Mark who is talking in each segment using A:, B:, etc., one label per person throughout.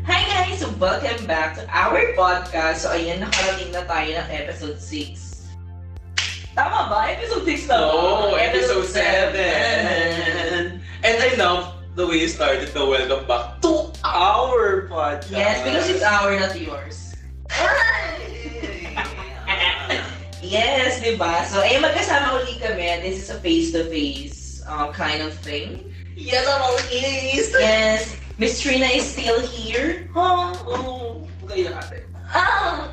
A: guys! Welcome back to our podcast. So, ayan, nakarating na tayo ng episode 6. Tama ba? Episode 6 na ba?
B: No, episode
A: seven.
B: 7. And I love the way you started the welcome back to our podcast.
A: Yes, because it's our, not yours. yes, di ba? So, ayun, magkasama uli kami. This is a face-to-face um, kind of thing.
B: Yes, I'm all ears.
A: Yes, Miss Trina is still here.
B: Huh? Oh, kayo na ate.
A: Ah!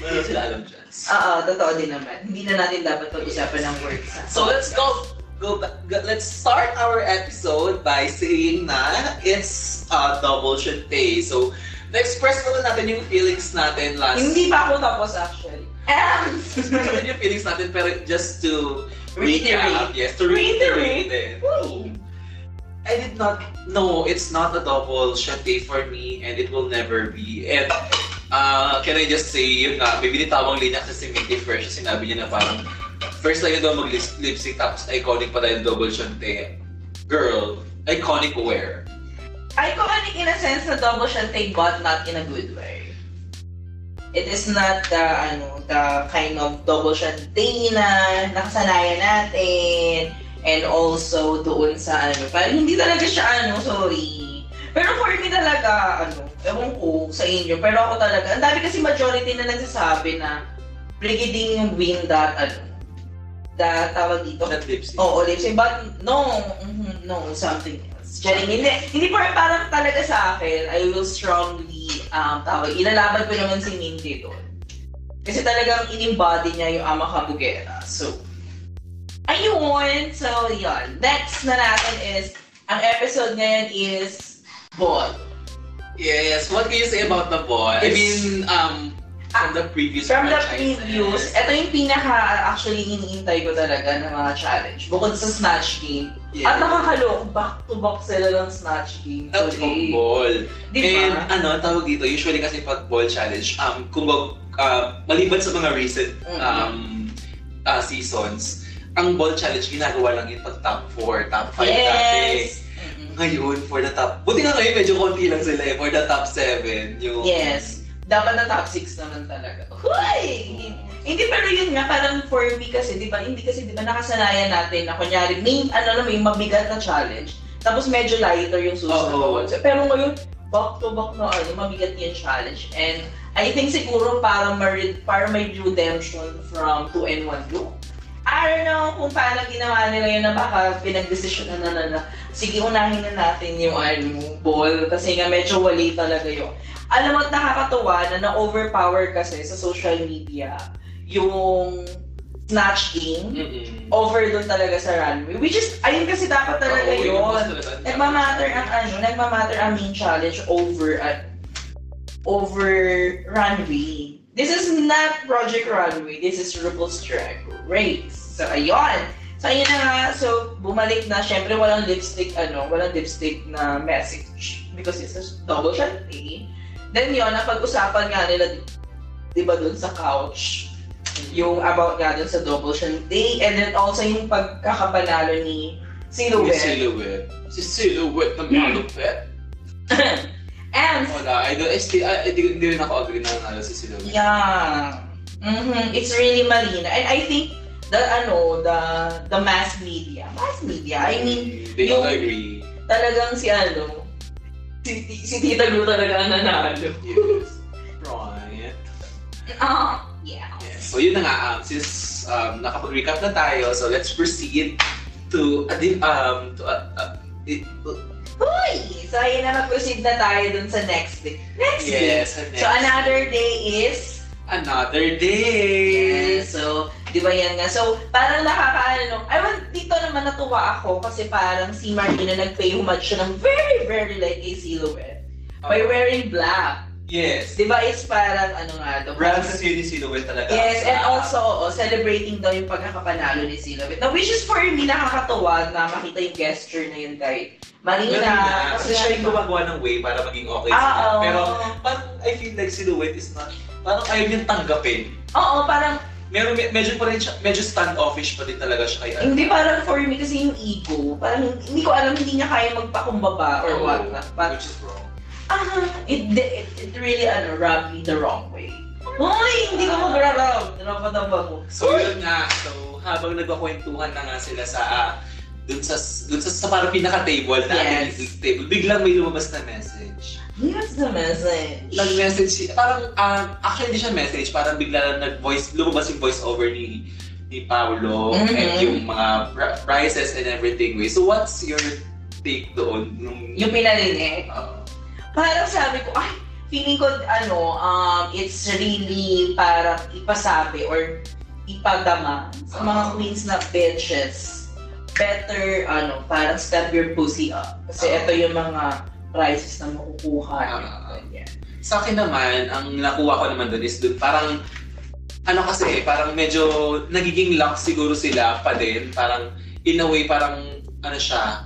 B: Wala sila alam dyan.
A: Oo, totoo din naman. Hindi na natin dapat pag-usapan ng words. ha?
B: So let's go. Go back. go- Let's start our episode by saying na it's uh, double shantay. So, na-express mo na natin yung feelings natin last
A: Hindi pa ako tapos actually. Um,
B: Sabi yung feelings natin, pero just to recap,
A: Reiterate.
B: yes, to reiterate it.
A: Uy.
B: I did not, no, it's not a double shantay for me and it will never be. And uh, can I just say, yun nga, may binitawang linya kasi si Minty Fresh, sinabi niya na parang, first time daw mag-lipstick tapos iconic pa dahil double shantay. Girl, iconic wear.
A: Iconic in a sense na double shantay but not in a good way. It is not the, ano, the kind of double shantay na nakasanayan natin and also doon sa ano, parang hindi talaga siya ano, sorry. Pero for me talaga, ano, ewan ko sa inyo, pero ako talaga, ang dami kasi majority na nagsasabi na brigading yung win that, ano, that tawag dito,
B: Not lipstick.
A: Oo, lipstick. But no, mhm, no, something else. Charing, hindi, hindi pa parang talaga sa akin, I will strongly, um, tawag, ilalaban ko naman si Mindy doon. Kasi talagang in-embody niya yung ama kabugera. So, ayun! So, yun. Next na natin is, ang episode ngayon is Ball.
B: Yes, what can you say about the boy? I mean, um, from the previous
A: From the
B: franchises.
A: previews, ito yung pinaka actually iniintay ko talaga ng mga challenge. Bukod sa Snatch Game,
B: Yeah.
A: At nakakalok, back-to-back sila ng Snatch Game.
B: At
A: today.
B: ball.
A: Di
B: And
A: ba?
B: ano, ang tawag dito, usually kasi pag ball challenge, um, kung wag- ah, maliban sa mga recent
A: Mm-hmm.
B: um, ah, seasons, ang ball challenge ginagawa lang yun pag top 4, top 5
A: yes! Mm-mm.
B: Ngayon, for the top, buti nga ngayon medyo konti lang sila eh, for the top 7. Yung,
A: Yes. Dapat na top 6 naman talaga. Huy! Hindi, pero yun nga, parang for me kasi, di ba, hindi kasi, di ba, nakasanayan natin na kunyari, may, ano na, may mabigat na challenge, tapos medyo lighter yung susunod.
B: Oo.
A: So, pero ngayon, back-to-back na, ano, mabigat yung challenge. And I think siguro para, ma- para may redemption from 2 and 1 group. I don't know kung paano ginawa nila yun na baka pinagdesisyonan na na na, sige unahin na natin yung ano, ball kasi nga medyo wali talaga yun. Alam mo, at nakakatuwa na na-overpower kasi sa social media yung snatch game
B: Mm-mm.
A: over doon talaga sa runway. Which is, ayun kasi dapat talaga
B: Oo,
A: yun.
B: gusto nila.
A: Nagmamatter ang ano, nagmamatter ang main challenge over at over runway. This is not Project Runway. This is RuPaul's Drag Race. So, ayun. So, ayun na nga. So, bumalik na. Siyempre, walang lipstick, ano, walang lipstick na message. Because it's a double shanty. Then yun, napag-usapan nga nila, di- di ba, dun sa couch. Yung about nga dun sa double shanty. And then also yung pagkakapanalo ni
B: Yung
A: Silhouette.
B: silhouette. Si silhouette ng malupet.
A: And
B: Wala, I don't, I still, I, hindi, hindi rin ako agree na nanalo si silhouette.
A: yeah, mhm, it's really Marina. And I think the ano, the the mass media, mass media. I mean,
B: they
A: yung-
B: all agree.
A: talagang si ano, si, ti- si Tita Glo talaga ang nanalo.
B: Yes. Right.
A: Ah, yeah.
B: Yes. So yun na nga, um, since um, nakapag-recap na tayo, so let's proceed to, a di- um, to, uh, uh, it-
A: Uy! So ayun na mag-proceed na tayo dun sa next day. Next day.
B: yes, next.
A: So another day is
B: another day.
A: Yes. So, di ba yan nga? So, parang nakakaano. I mean, dito naman natuwa ako kasi parang si Marina nag-pay homage siya ng very, very like a silhouette. By wearing black.
B: Yes.
A: Di ba it's parang ano nga daw.
B: Brands yun yung silhouette talaga.
A: Yes, and
B: Ah,
A: also, oo, celebrating daw yung pagkakapanalo ni Silhouette. Now, which is for me nakakatuwa na makita yung gesture na yun kay
B: ganun
A: Marina.
B: na. Kasi siya yung gumagawa ng way para maging okay
A: Ah,
B: sila.
A: oo.
B: Pero parang I feel like silhouette is not, parang ayaw niyang tanggapin.
A: Oo, parang
B: Meron, me- medyo pa rin siya, medyo standoffish pa rin talaga siya kay ano.
A: Hindi parang for me kasi yung ego, parang hindi ko alam hindi niya kaya magpakumbaba or
B: Oo,
A: what na. But
B: Which is wrong.
A: ah, it, it, it really, ano, rubbed me the wrong way. Uy, hindi ko mag-rub. Rampa-damba ko.
B: So yun nga, so habang nagkakwentuhan na nga sila sa ah, dun sa dun sa, sa parang pinaka-table na
A: Yes.
B: yes. table, biglang may lumabas na message.
A: What's the message?
B: Nag-message siya, parang um, actually hindi siya message, parang bigla lang nag-voice, lumabas yung voice over ni ni Paolo
A: Mhm.
B: and yung mga pri- prices and everything. So what's your take doon nung
A: Yung pinalinig.
B: uh,
A: parang sabi ko, ay, feeling ko, ano, um, it's really parang ipasabi or ipadama sa mga queens na bitches. Better, ano, parang step your pussy up. Kasi
B: Ah.
A: ito yung mga prizes na makukuha.
B: Ah.
A: yung ganyan.
B: Sa akin naman, ang nakuha ko naman doon is doon parang ano kasi, parang medyo nagiging lock siguro sila pa din. Parang in a way, parang ano siya,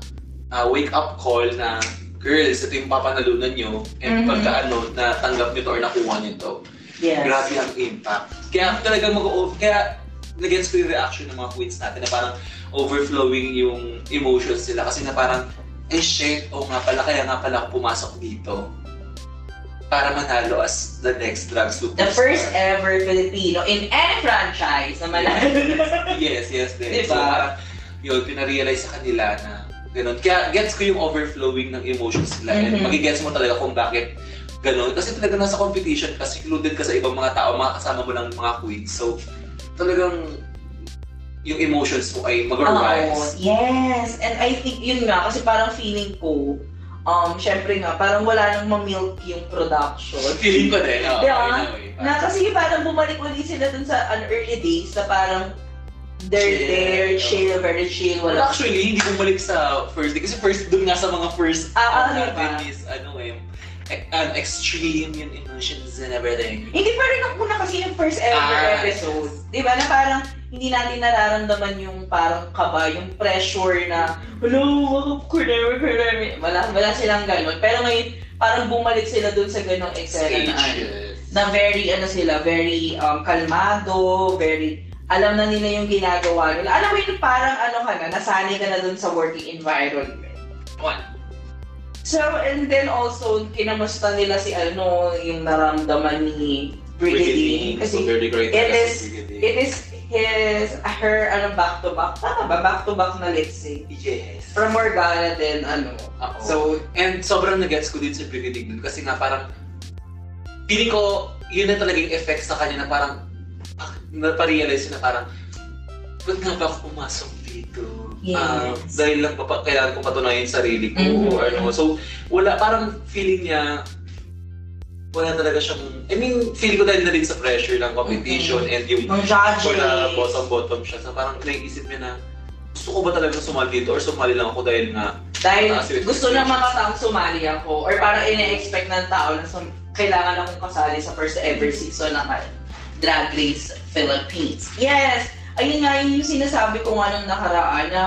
B: ah, wake up call na girls, ito yung papanalunan nyo.
A: Mhm.
B: And pagka ano, natanggap nyo to or nakuha nyo to.
A: Yes.
B: Grabe ang impact. Kaya talaga mag kaya nag-gets ko yung reaction ng mga queens natin na parang overflowing yung emotions nila kasi na parang, eh shit, oh nga pala, kaya nga pala ako pumasok dito para manalo as the next drag superstar.
A: The first ever Filipino in any franchise na manalo.
B: Yes, yes, yes.
A: Diba?
B: So parang, yun, pinarealize sa kanila na ganun. Kaya gets ko yung overflowing ng emotions nila and
A: Mhm.
B: magigets mo talaga kung bakit ganun. Kasi talaga nasa competition ka, secluded ka sa ibang mga tao, mga kasama mo ng mga queens. So, talagang yung emotions mo ay mag-rise.
A: Oo, yes. And I think, yun nga, kasi parang feeling ko, um, syempre nga, parang wala nang mamilk yung production.
B: Feeling ko din, Ah, oo.
A: Diba?
B: in a way.
A: Na kasi parang bumalik ulit sila dun sa ano, early days na parang they're
B: Chill.
A: there, chill, very chill,
B: Well,
A: wala.
B: actually, hindi bumalik sa first day. Kasi first, dun nga sa mga first
A: Ah,
B: ano
A: ano ba?
B: natin is, ano eh, e- an extreme yung emotions and everything.
A: Hindi pa rin ako na kasi yung first ever
B: Ah.
A: episode. Di ba? Na parang hindi natin nararamdaman yung parang kaba, yung pressure na hello, kunemi, kunemi. Wala, wala silang ganun. Pero ngayon, parang bumalik sila dun sa ganong eksena na ano.
B: stages.
A: na very ano sila, very um, kalmado, very alam na nila yung ginagawa nila. Alam mo yun, parang ano ka na, nasanay ka na dun sa working environment.
B: One.
A: So, and then also, kinamusta nila si ano, yung naramdaman ni Brigidine. Kasi
B: very great.
A: it is- it is his, her, ano, back-to-back. Tama ba? Back-to-back na lip sync.
B: Yes.
A: From Morgana din, ano.
B: Ako. So,
A: So,
B: and sobrang nag-gets ko din sa Brigadier dun kasi nga parang feeling ko yun na talaga yung effect sa kanya na parang ah, naparealize na parang ba't nga ba ako pumasok dito?
A: Yes.
B: Ah, dahil lang ba pa, kailangan ko patunayan yung sarili ko
A: Mhm.
B: or ano. So, wala, parang feeling niya wala talaga siyang, I mean, feeling ko dahil na din sa pressure ng competition and yung
A: nung judging.
B: Or na bottom-bottom siya. So parang naisip niya na, gusto ko ba talaga sumali dito or sumali lang ako dahil nga,
A: Dahil
B: Ah, sige.
A: gusto ng mga taong sumali ako or parang ina-expect ng tao na sum- kailangan akong kasali sa first ever season ng ano, Drag Race Philippines. Yes! Ayun nga yun yung sinasabi ko nga nung nakaraan na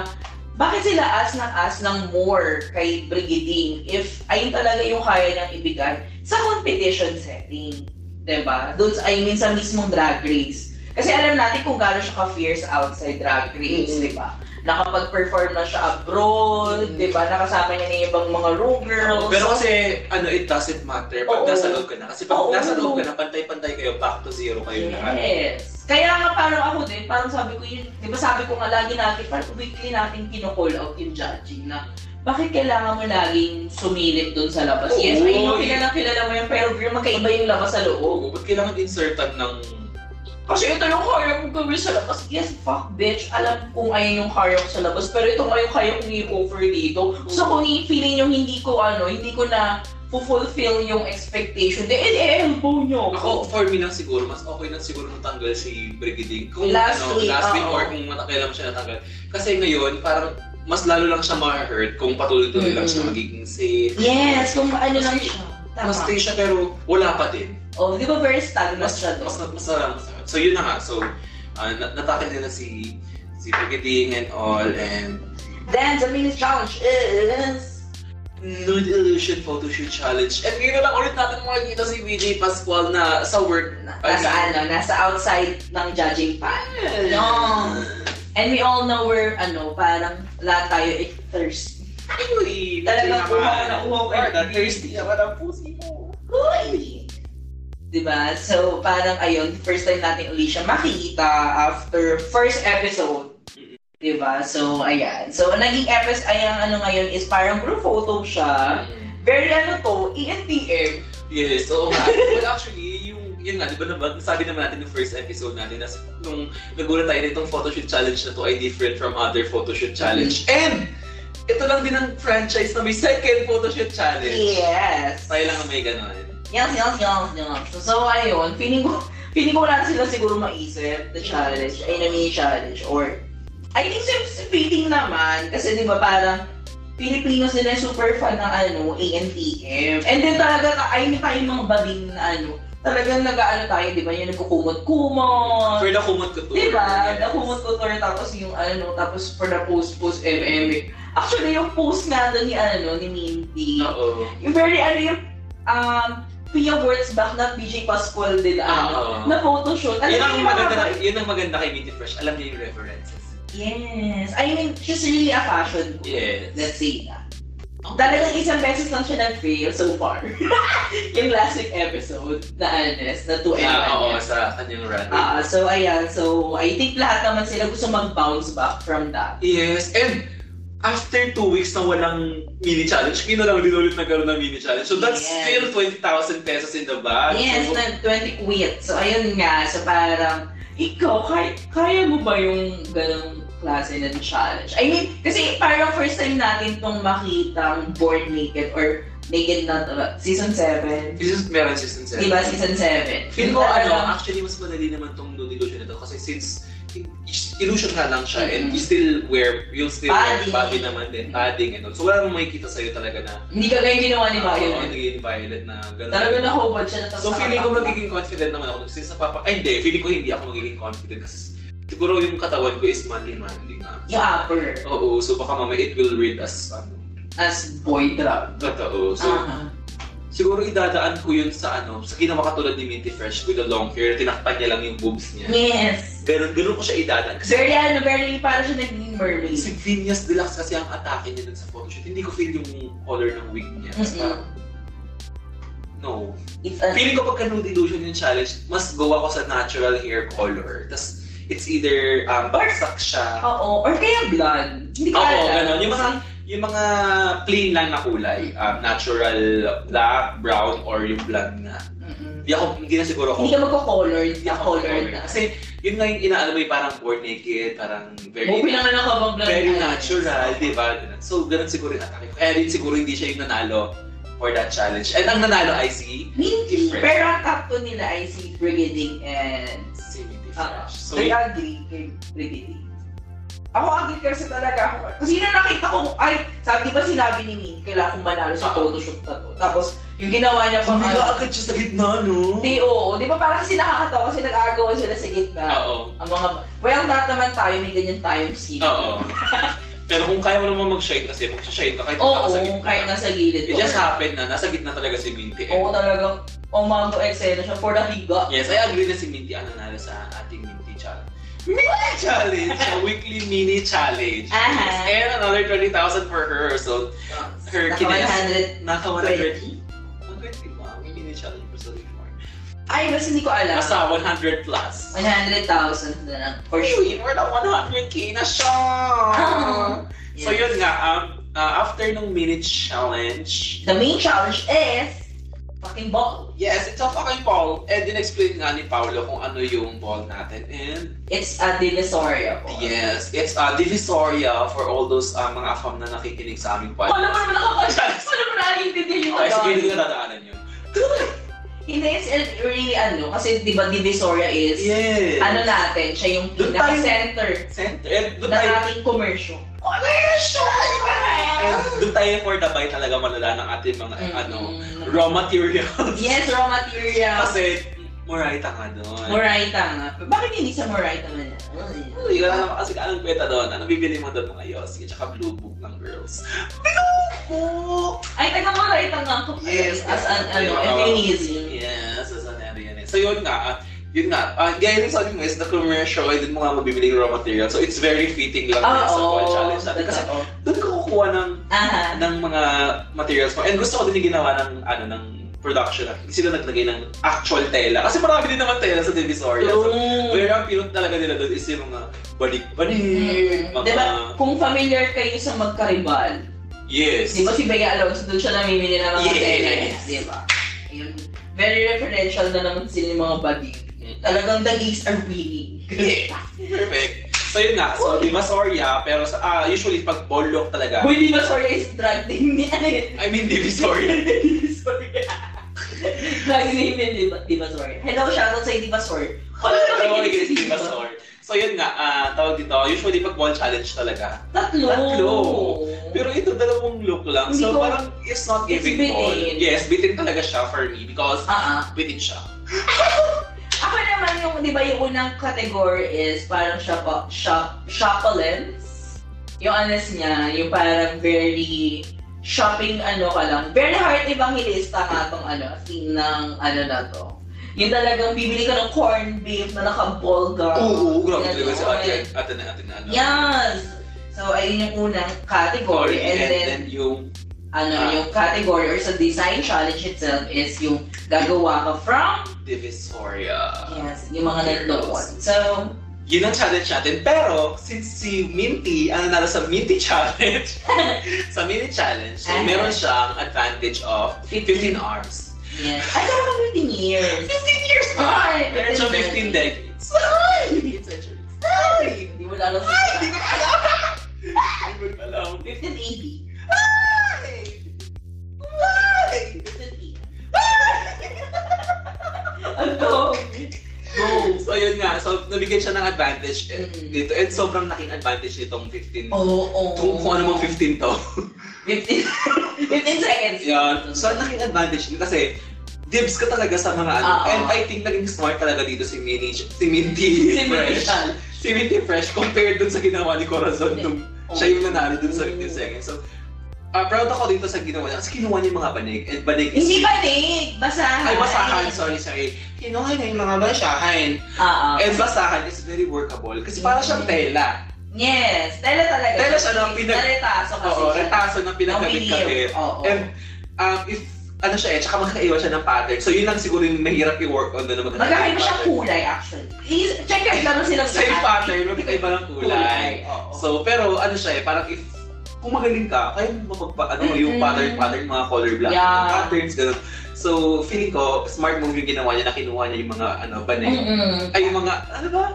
A: bakit sila as ng as ng more kay Brigidine if ayun talaga yung kaya niyang ibigay sa competition setting. 'Di ba? Doon sa, I mean, sa mismong drag race. Kasi alam natin kung gaano siya ka-fierce outside drag race, diba?
B: Mm.
A: 'di ba? Nakapag-perform na siya abroad,
B: Mm.
A: 'di ba? Nakasama niya na yung ibang mga room girls.
B: pero kasi, ano, it doesn't matter
A: Oo.
B: pag nasa loob ka na. Kasi pag
A: Oo.
B: nasa loob ka na, pantay-pantay kayo, back to zero kayo lahat.
A: Yes. Kaya nga parang ako din, parang sabi ko yun, di ba sabi ko nga lagi natin, parang weekly natin kinocall out yung judging na bakit kailangan mo laging sumilip dun sa labas? Yes,
B: Oo.
A: I know, kilala, kilala mo yan, pero girl, magkaiba yung labas sa loob.
B: Oo, ba't kailangan insertan ng...
A: Kasi ito yung kaya kong gawin sa labas. Yes, fuck, bitch. Alam kong ayan yung kaya ko sa labas, pero ito nga yung kaya kong i-offer dito. So kung i-feeling yung hindi ko ano, hindi ko na fulfill yung expectation, eh, then i-elbow nyo ako.
B: Ako, for me lang siguro, mas okay lang siguro matanggal si Brigiding. Kung
A: Last
B: ano,
A: week,
B: last week
A: oo.
B: or kung mata- kailan siya natanggal. Kasi ngayon, parang mas lalo lang siya ma-hurt kung patuloy-tuloy lang siya
A: Mm.
B: magiging safe.
A: Yes, kung ano lang siya. Tama.
B: Mas stay siya pero wala pa din.
A: Oh, di ba very stagnant
B: mas
A: siya
B: mas
A: doon?
B: mas masarap. So yun na nga. So uh, na- natakil nila si si Pagkiting and all and
A: Then, the mini challenge is...
B: Nude Illusion Photoshoot Challenge. And ngayon na lang ulit natin makikita si VJ Pascual na sa work.
A: Na, nasa ano, nasa outside ng judging pan. And we all know we're, ano, parang lahat tayo eh, thirsty.
B: Uy,
A: Talagang uhaw na uhaw ka,
B: Or,
A: baby.
B: thirsty naman ang pusi mo.
A: Uy! Diba? So, parang ayun, first time natin uli siya makita after first episode. Diba? So, ayan. So, naging episode, ayan, ano ngayon is parang group photo siya. Very ano to, ENTM.
B: Yes, oo nga. well, actually, yung, yun nga, di ba naman, nasabi naman natin yung first episode natin na s- nung nagulat tayo na itong photoshoot challenge na to ay different from other photoshoot challenge.
A: Mm-hmm.
B: And, ito lang din ang franchise na may second photoshoot challenge.
A: Yes.
B: Tayo lang ang may ganon.
A: Yes, yes, yes, yes. So, so ayun, feeling ko, feeling ko wala na sila siguro maisip the challenge, ay na mini challenge, or, I think sa sa feeling naman, kasi di ba parang, Pilipino sila yung super fan ng ano, ANTM. And then talaga, ay tayo yung mga baging na ano, talagang nag-ano tayo, di ba, yung nagkukumot-kumot.
B: For the kumot ko to.
A: Di ba?
B: Yes.
A: Nakumot-kumot, tapos yung ano, tapos for the post-post MM. Actually, yung post nga doon ni ano, ni Minty.
B: Oo.
A: Yung very ano yung um Pia Words back na PJ Pascual din ano.
B: Ah, Oo.
A: Na photoshoot. Alam
B: Yun
A: mo
B: ang
A: yung mga
B: maganda,
A: ba-
B: yun ang maganda kay Minty Fresh. Alam niya yung references.
A: Yes. I mean, she's really a fashion guru.
B: Yes.
A: Let's say that. Talagang isang beses lang siya nag-fail so far. yung last week episode na Anes, na 2 and
B: Ah, oo,
A: Anes.
B: sa kanyang run.
A: Ah, so ayan, so I think lahat naman sila gusto mag-bounce back from that.
B: Yes, and after two weeks na walang mini challenge, kaya na lang din ulit nagkaroon ng mini challenge. So that's
A: Yes.
B: still 20,000 pesos in the bag.
A: Yes,
B: So,
A: nag 20 quit. So, ayun nga. So, parang, ikaw, kaya, kaya mo ba yung ganong klase ng challenge? I mean, kasi parang first time natin tong makita born naked or naked not, uh, season 7.
B: this is meron season 7.
A: Diba, season 7?
B: Feel ko ano, actually mas madali naman tong no illusion ito kasi since i- i- illusion nga lang siya and you still wear, you'll still
A: Mm-hmm. Padding.
B: wear body naman din, padding and all. So wala namang makikita sa'yo talaga na
A: Hindi ka ganyan ginawa ni Mario.
B: Oo, naging violet na gano'n.
A: Talaga nakahubad siya na tapos
B: Ah, So feeling ko
A: nakatapak.
B: magiging confident naman ako since napapa... Ay hindi, feeling ko hindi ako magiging confident kasi siguro yung katawan ko is manly-manly na.
A: Yung upper
B: Oo, so baka mamaya it will read as ano.
A: as boy drag.
B: Totoo. So,
A: Ah.
B: siguro idadaan ko yun sa ano, sa ginawa katulad ni Minty Fresh with the long hair, tinakpan niya lang yung boobs niya.
A: Yes.
B: Ganun, ganun ko siya idadaan. Kasi
A: Very ano, very parang siya naging mermaid.
B: si Phineas Deluxe kasi ang atake niya dun sa photoshoot. Hindi ko feel yung color ng wig niya. Kasi
A: Mm-mm.
B: parang, no.
A: It's a
B: Feeling ko pagka nude illusion yung challenge, mas go ako sa natural hair color. Tapos, it's either um, bagsak siya.
A: Oo, or kaya blonde. Hindi ko
B: Oo,
A: alam.
B: ganun. Yung mga- Yung mga plain lang na kulay, um, natural black, brown, or yung blonde na.
A: Mm-mm.
B: Hindi ako, hindi na siguro ako.
A: Hindi ka magko-color, hindi
B: hindi
A: ka
B: ako
A: color
B: aware.
A: na.
B: Kasi, yun nga yung inaano mo yung parang born naked, parang very,
A: Movie lang na ka bang
B: very natural, di ba? Ganun. So, ganun siguro yung atake ko. Kaya rin siguro hindi siya yung nanalo for that challenge. And ang nanalo ay si
A: Hindi.
B: Different.
A: Pero ang top two nila ay si Brigading and...
B: si Minty
A: Ah,
B: Fresh. So,
A: so, I agree kay Brigading. Ako agree kasi talaga ako. Kasi na nakita ko, ay, sabi ba sinabi ni Min, kailangan kong manalo sa photoshoot na to. Tapos, yung ginawa niya pang...
B: Pumila agad siya sa gitna, no?
A: Hindi, oo. Di ba parang kasi nakakatawa kasi nag-aagawan sila sa gitna.
B: Oo.
A: Ang mga... Well, lahat naman tayo, may ganyan tayong scene.
B: Oo. Pero kung kaya mo naman mag-shine kasi, mag-shine ka kahit
A: Oo,
B: nasa gitna.
A: kahit nasa gilid.
B: It
A: ko.
B: just happened na, nasa gitna talaga si Minty. eh.
A: Oo, talagang umango eksena siya for the higa.
B: Yes, I agree na si Minty ang nanalo sa ating Minty Challenge. Mini Challenge! a weekly mini challenge.
A: Aha.
B: Yes, and another 20,000 for her. So, Her
A: Naka 100.
B: kines. naka 130.
A: 120?
B: 120 ba? May mini challenge for sophomore.
A: Ay, basta hindi ko alam.
B: Basta 100 plus.
A: 100,000 na lang. For sure.
B: Uy, more than 100k na siya!
A: Ah.
B: So
A: Yes.
B: yun nga, um, uh, after nung mini challenge,
A: The main challenge is fucking ball.
B: Yes, it's a fucking ball. And in-explain nga ni Paolo kung ano yung ball natin. And
A: It's a dinosaurio ball.
B: yes, it's a divisoria for all those uh, mga afam na nakikinig sa aming
A: Wala
B: podcast.
A: mo naman ako. Wala mo naman naiintindihan yung
B: Okay, sige, hindi
A: Tagalog.
B: na dadaanan yun.
A: Hindi, it's really ano, kasi di ba dinosaurio is,
B: Yes.
A: ano natin, siya yung
B: Doon tayo-
A: pinaka-center
B: Center. And doon
A: ng
B: tayo,
A: ating commercial.
B: and doon tayo for the buy talaga manala ng ating mga ano,
A: Mm.
B: raw materials.
A: Yes, raw material.
B: Kasi, Moraita nga doon.
A: Moraita nga. Bakit hindi sa Moraita man? Ay.
B: Uy, wala naman kasi anong kwenta doon. Ano bibili mo doon mga yosi? Tsaka blue book ng girls. Blue book!
A: Ay, taga Moraita nga ako.
B: Yes,
A: As an, ano,
B: yes.
A: feminism.
B: Yes, as an area So yun nga, ah, yun nga. Uh, gaya yung sabi mo is the commercial, ay dun mo nga mabibili yung raw material. So it's very fitting lang
A: Ah, Oo.
B: sa call challenge natin. Kasi
A: totoo.
B: dun ko kukuha ng
A: Aha.
B: ng mga materials mo. And gusto ko din yung ginawa ng ano ng production na sila naglagay ng actual tela. Kasi marami din naman tela sa Divisoria. So,
A: True.
B: where ang pinot talaga nila doon is yung mga balik-balik,
A: Mm.
B: mga...
A: Diba, kung familiar kayo sa magkaribal,
B: Yes.
A: di ba si Bea Alonso, doon siya namimili ng mga
B: Yes.
A: tenants, di ba? Ayun. Very referential na naman sila yung mga badig.
B: Mm.
A: Talagang the geeks are winning.
B: Yeah. Perfect. So yun nga, so Divisoria, pero sa, ah, usually pag bolok talaga,
A: Uy, di ba sorry is drag din niya? eh.
B: I mean Divisoria.
A: sorry. Drag name yun, di ba? Di ba sorry? Hello, shoutout sa Di ba sorry? Wala
B: Wala
A: na
B: naman
A: nakikinig
B: nakikinig
A: sa
B: si Divasaur. So yun nga, ah, tawag dito, usually pag ball challenge talaga.
A: Tatlo.
B: Tatlo. Pero ito, dalawang look lang.
A: Hindi
B: So
A: ko-
B: parang it's not
A: It's
B: giving all.
A: bitin.
B: Yes, bitin talaga siya for me because
A: Ah, ah.
B: bitin siya.
A: Ako naman yung, di ba yung unang category is parang shop, shop, shopulence. Yung honest niya, yung parang very shopping ano ka lang. Very hard evangelista ka tong ano, theme ng ano na to. Yung talagang bibili ka ng corn beef na naka-bulga.
B: Oo, oo, grabe
A: Ganun.
B: talaga si ate. Ate na, ate na. Ano.
A: Yes! So, ayun yung unang category. And, then,
B: yung
A: ano,
B: ah.
A: yung category or sa design challenge itself is yung gagawa ka from,
B: Divisoria.
A: yes, yung mga nandoon. So,
B: Yun ang challenge natin. Pero, since si Minty, ang nanalo sa Minty Challenge, sa Minty Challenge, so
A: Ah.
B: meron siyang advantage of 15 arms.
A: Yes. Ay, kaya 15 years.
B: 15 years
A: Ay,
B: Meron siyang 15
A: days.
B: decades. Ay! centuries. Ay!
A: Hindi mo lalo sa...
B: Ay! Hindi ko alam! Hindi ko alam.
A: 1580.
B: Ay! Ay!
A: 1580. Ano?
B: Go! So yun nga, so nabigyan siya ng advantage eh,
A: Mm.
B: dito. And sobrang laking advantage nitong 15.
A: Oo.
B: Kung, kung ano mang 15 to.
A: 15. 15 seconds.
B: Yan. So ang laking advantage nito kasi dibs ka talaga sa mga ano.
A: Oo.
B: And I think naging smart talaga dito si Minty, si Minty Fresh.
A: Simulation.
B: Si Minty Fresh compared dun sa ginawa ni Corazon nung Oh. siya yung nanalo dun sa 15 seconds. So, ah, proud ako dito sa ginawa niya. Kasi kinuha niya yung mga banig. And banig is...
A: Hindi ba, Nick? Basahan.
B: Ay, basahan. Sorry, sorry. Kinuha niya yung mga basahan.
A: Oo.
B: And basahan is very workable. Kasi para siyang tela.
A: Yes. Tela talaga.
B: Tela siya ng pinag-
A: Naletaso kasi
B: Oo,
A: siya.
B: retaso na pinagkabit-kabit.
A: Oo.
B: And um, if ano siya eh, tsaka magkaiba siya ng pattern. So yun lang siguro yung mahirap i-work on na naman.
A: Magkakaiba siya kulay, actually. Is- Check it, laro silang
B: Same pattern, magkakaiba ng kulay.
A: Oo.
B: So, pero ano siya eh, parang if kung magaling ka, kaya mo mapagpa, ano, yung
A: Mm-mm.
B: pattern, pattern, mga color block,
A: Yeah.
B: mga patterns, ganun. So, feeling ko, smart move yung ginawa niya, na kinuha niya yung mga, ano, banay.
A: Mm-mm.
B: Ay, yung mga, ano ba?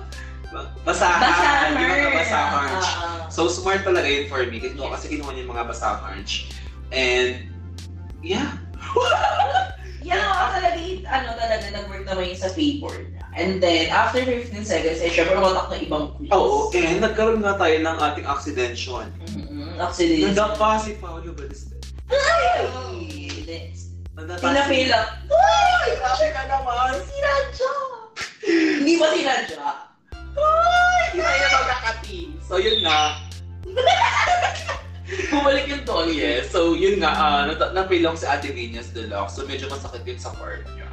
B: Ba- Basahan.
A: Basahan.
B: Yung mga basahan.
A: Ah, ah.
B: So, smart talaga yun for me. Kasi, kasi kinuha niya yung mga basahan. And, yeah.
A: Yan ako talaga, it- ano talaga, nag-work naman yun sa favor niya. And then, after 15 seconds, eh, syempre, umatak ng ibang quiz.
B: Oo, and nagkaroon nga tayo ng ating accidentation.
A: Mm-mm. Actually, this-
B: Nanda pa si Paolo Baliste.
A: Ay! This-
B: Nanda pa si...
A: Pila-pila.
B: Ay, grabe ka naman!
A: Sinadya! Hindi ba sinadya?
B: Hindi tayo magkakateam. So, yun nga. Bumalik yung Tony eh. So, yun nga, ah, nat- napilong si Ate Venus Deluxe. So, medyo masakit yun sa part niya.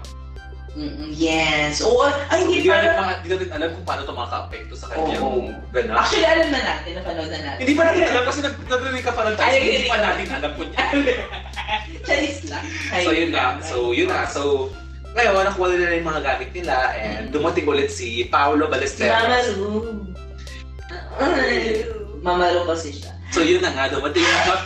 A: Mm-mm. Yes. Oo, ay,
B: So,
A: hindi
B: hindi natin,
A: pa.
B: mga, hindi natin alam kung paano ito makaka-apekto sa kanyang
A: Oo.
B: ganap.
A: Actually, alam na natin, napanood na natin.
B: Hindi pa natin alam kasi nag- nagrinig ka pa lang tayo.
A: Ay,
B: Hindi
A: nagrinig
B: pa
A: ka.
B: natin alam po niya.
A: Charis lang.
B: So, yun nga. So, yun nga. So, ngayon, nakuha nila na yung mga gamit nila and dumating ulit si
A: Si
B: Paolo
A: Mama
B: Ballesteros.
A: Lou. Ay, Mama Lou kasi siya.
B: So, yun na nga. Dumating na nga.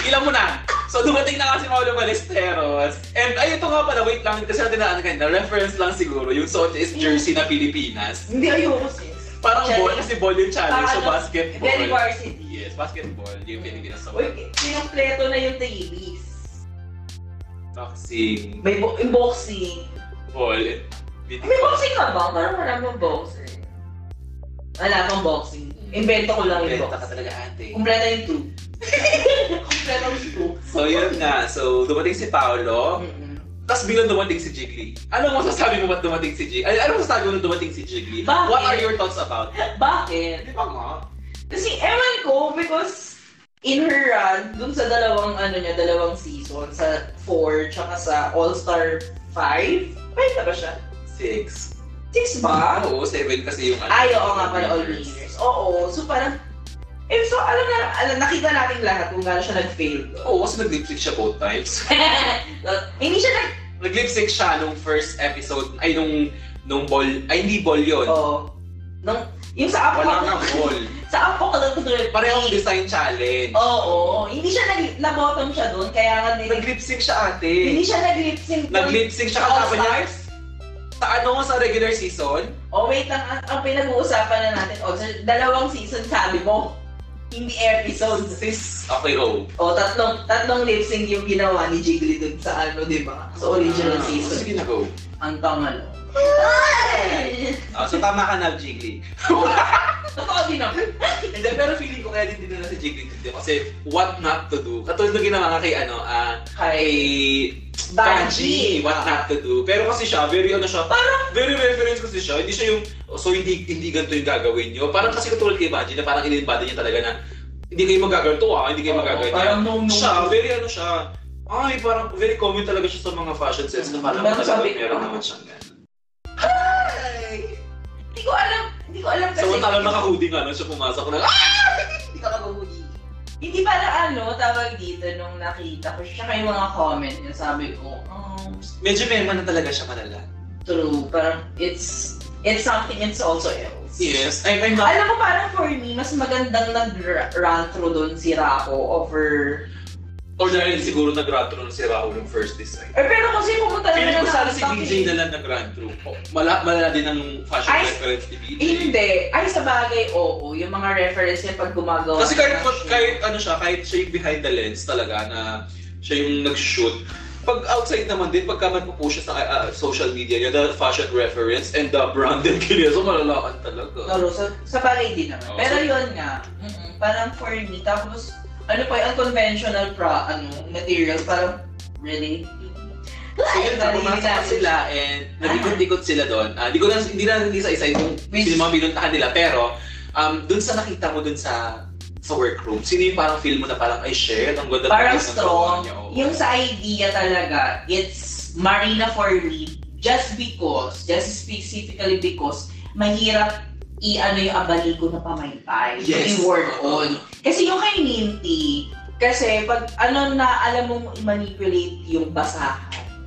B: Tigilan mo na. So, dumating na nga si Paolo Ballesteros. And, ay, ito nga pala, wait lang. Kasi natin na, ano kanina, reference lang siguro. Yung suot niya is jersey na Pilipinas.
A: Hindi ayoko sis.
B: Parang
A: Challenge.
B: ball, kasi ball yung challenge. So,
A: Parang ano,
B: basketball.
A: Very varsity.
B: Yes, basketball. Yung Pilipinas sa
A: Uy, kinumpleto na yung Davies.
B: boxing,
A: May bo- yung boxing.
B: ball, and
A: May boxing ka ba? Parang wala mong boxing. Wala pang boxing. Invento ko lang yung
B: Benta ka
A: boxing.
B: talaga ate.
A: Kumpleto yung two. Kumpleto yung two.
B: So yun nga, so dumating si Paolo,
A: Mm-mm.
B: tapos bilang dumating si Jiggly. Ano mo sasabi mo ba't dumating si Jiggly? Ay, ano mo sasabi mo nung dumating si Jiggly?
A: Bakit?
B: What are your thoughts about?
A: Bakit?
B: Di ba nga?
A: Kasi ewan ko, because in her run, dun sa dalawang ano niya, dalawang season, sa 4, tsaka sa All-Star 5, 5 na ba siya?
B: Six. Ah,
A: 6 ba?
B: Oo, seven kasi yung ano.
A: Ay, oo nga pala, all winners. Oo, so parang, Eh, so alam na, alam, nakita natin lahat kung gaano siya nag-fail doon.
B: Oo, kasi nag-lipstick siya both times.
A: So, hindi siya nag...
B: Nag-lipstick siya nung first episode, ay nung, nung ball, ay hindi ball yun.
A: Oo. Nung, yung sa apo
B: Wala nang ball.
A: sa apo ko lang tutuloy.
B: Parehong design challenge.
A: Oh. Oo. Hindi siya nag... Na-bottom siya doon, kaya nga din...
B: Nag-lipstick siya
A: Hindi
B: ate.
A: siya Oh, nag-lip sync. doon.
B: Nag-lipstick siya
A: All
B: kasama niya.
A: Stars.
B: Sa ano, sa regular season,
A: Oh, wait lang. Ang, ang pinag-uusapan na natin, oh, sa dalawang season sabi mo. Hindi episodes.
B: sis, okay, oh.
A: O, tatlong, tatlong lip sync yung ginawa ni Jiggly dun sa ano, di ba? Sa original
B: Ah,
A: season.
B: Sige na, go.
A: Ang tanga no?
B: Ah, so tama ka na, Jiggly.
A: Totoo din naman.
B: Hindi, pero feeling ko kaya din dinala si Jiggly dito. Kasi what not to do. Katulad ng ginawa nga kay ano, ah,
A: Kay
B: kay
A: Banji.
B: Banji, what not to do. Pero kasi siya, very ano siya, parang very reference kasi siya. Hindi siya yung, so hindi, hindi ganito yung gagawin nyo. Parang kasi katulad kay Banji na parang inimbado niya talaga na, hindi kayo magagawin to ah, hindi kayo magagawin yan.
A: Parang no, no.
B: Siya, very ano siya, ay parang very common talaga siya sa mga fashion sense na parang
A: Meron
B: talaga
A: sabi-
B: meron naman siyang ganun.
A: Ay! Hindi ko alam. Hindi ko alam kasi.
B: So, talo naka-hoodie nga nun siya pumasok na, ah!
A: Hindi ka maguguli. Hindi pala ano, tawag dito nung nakita ko. Tsaka yung mga comment niya, sabi ko, oh,
B: Medyo mema na talaga siya malala.
A: true. Parang it's, it's something, it's also else.
B: Yes, I'm, I'm not.
A: Alam mo, parang for me, mas magandang nag-run through doon si Rako over...
B: Or dahil siguro nag-rantro na si Raul ng first design.
A: Eh, pero kasi pumunta naman
B: Feeling ko
A: ng
B: sana si
A: Antak eh.
B: BJ na lang nag-rantro. Mala, malala din ang fashion
A: Ay,
B: reference ni BJ.
A: Hindi. Ay, sa bagay, oo. Yung mga reference niya pag gumagawa.
B: Kasi kahit,
A: ng
B: kahit,
A: shoot.
B: kahit ano siya, kahit siya yung behind the lens talaga na siya yung nag-shoot. Pag outside naman din, pagka magpo-post siya sa ah, social media niya, the fashion reference and the brand that kinesa, malalaan talaga.
A: Pero sa, sa bagay din naman.
B: Oo,
A: Pero
B: so-
A: yun nga, mm-mm, parang for me, tapos ano pa yung unconventional pra, ano, material, parang really?
B: So yun na, pumasok na sila and
A: Ah.
B: nabikot-ikot sila doon. Ah, Hindi ko na, hindi na hindi sa isa yung
A: Which-
B: sino mga binuntahan nila, pero um, doon sa nakita mo doon sa sa workroom, sino yung parang feel mo na parang, ay shit, ang ganda
A: Parang
B: talaga ng gawa
A: strong.
B: niya, oo.
A: Yung sa idea talaga, it's Marina for me just because, just specifically because, mahirap i-ano yung abaligo na pamaypay.
B: Yes.
A: I-work on. Kasi yung kay Ninty, kasi pag ano na alam mo i-manipulate yung basahan,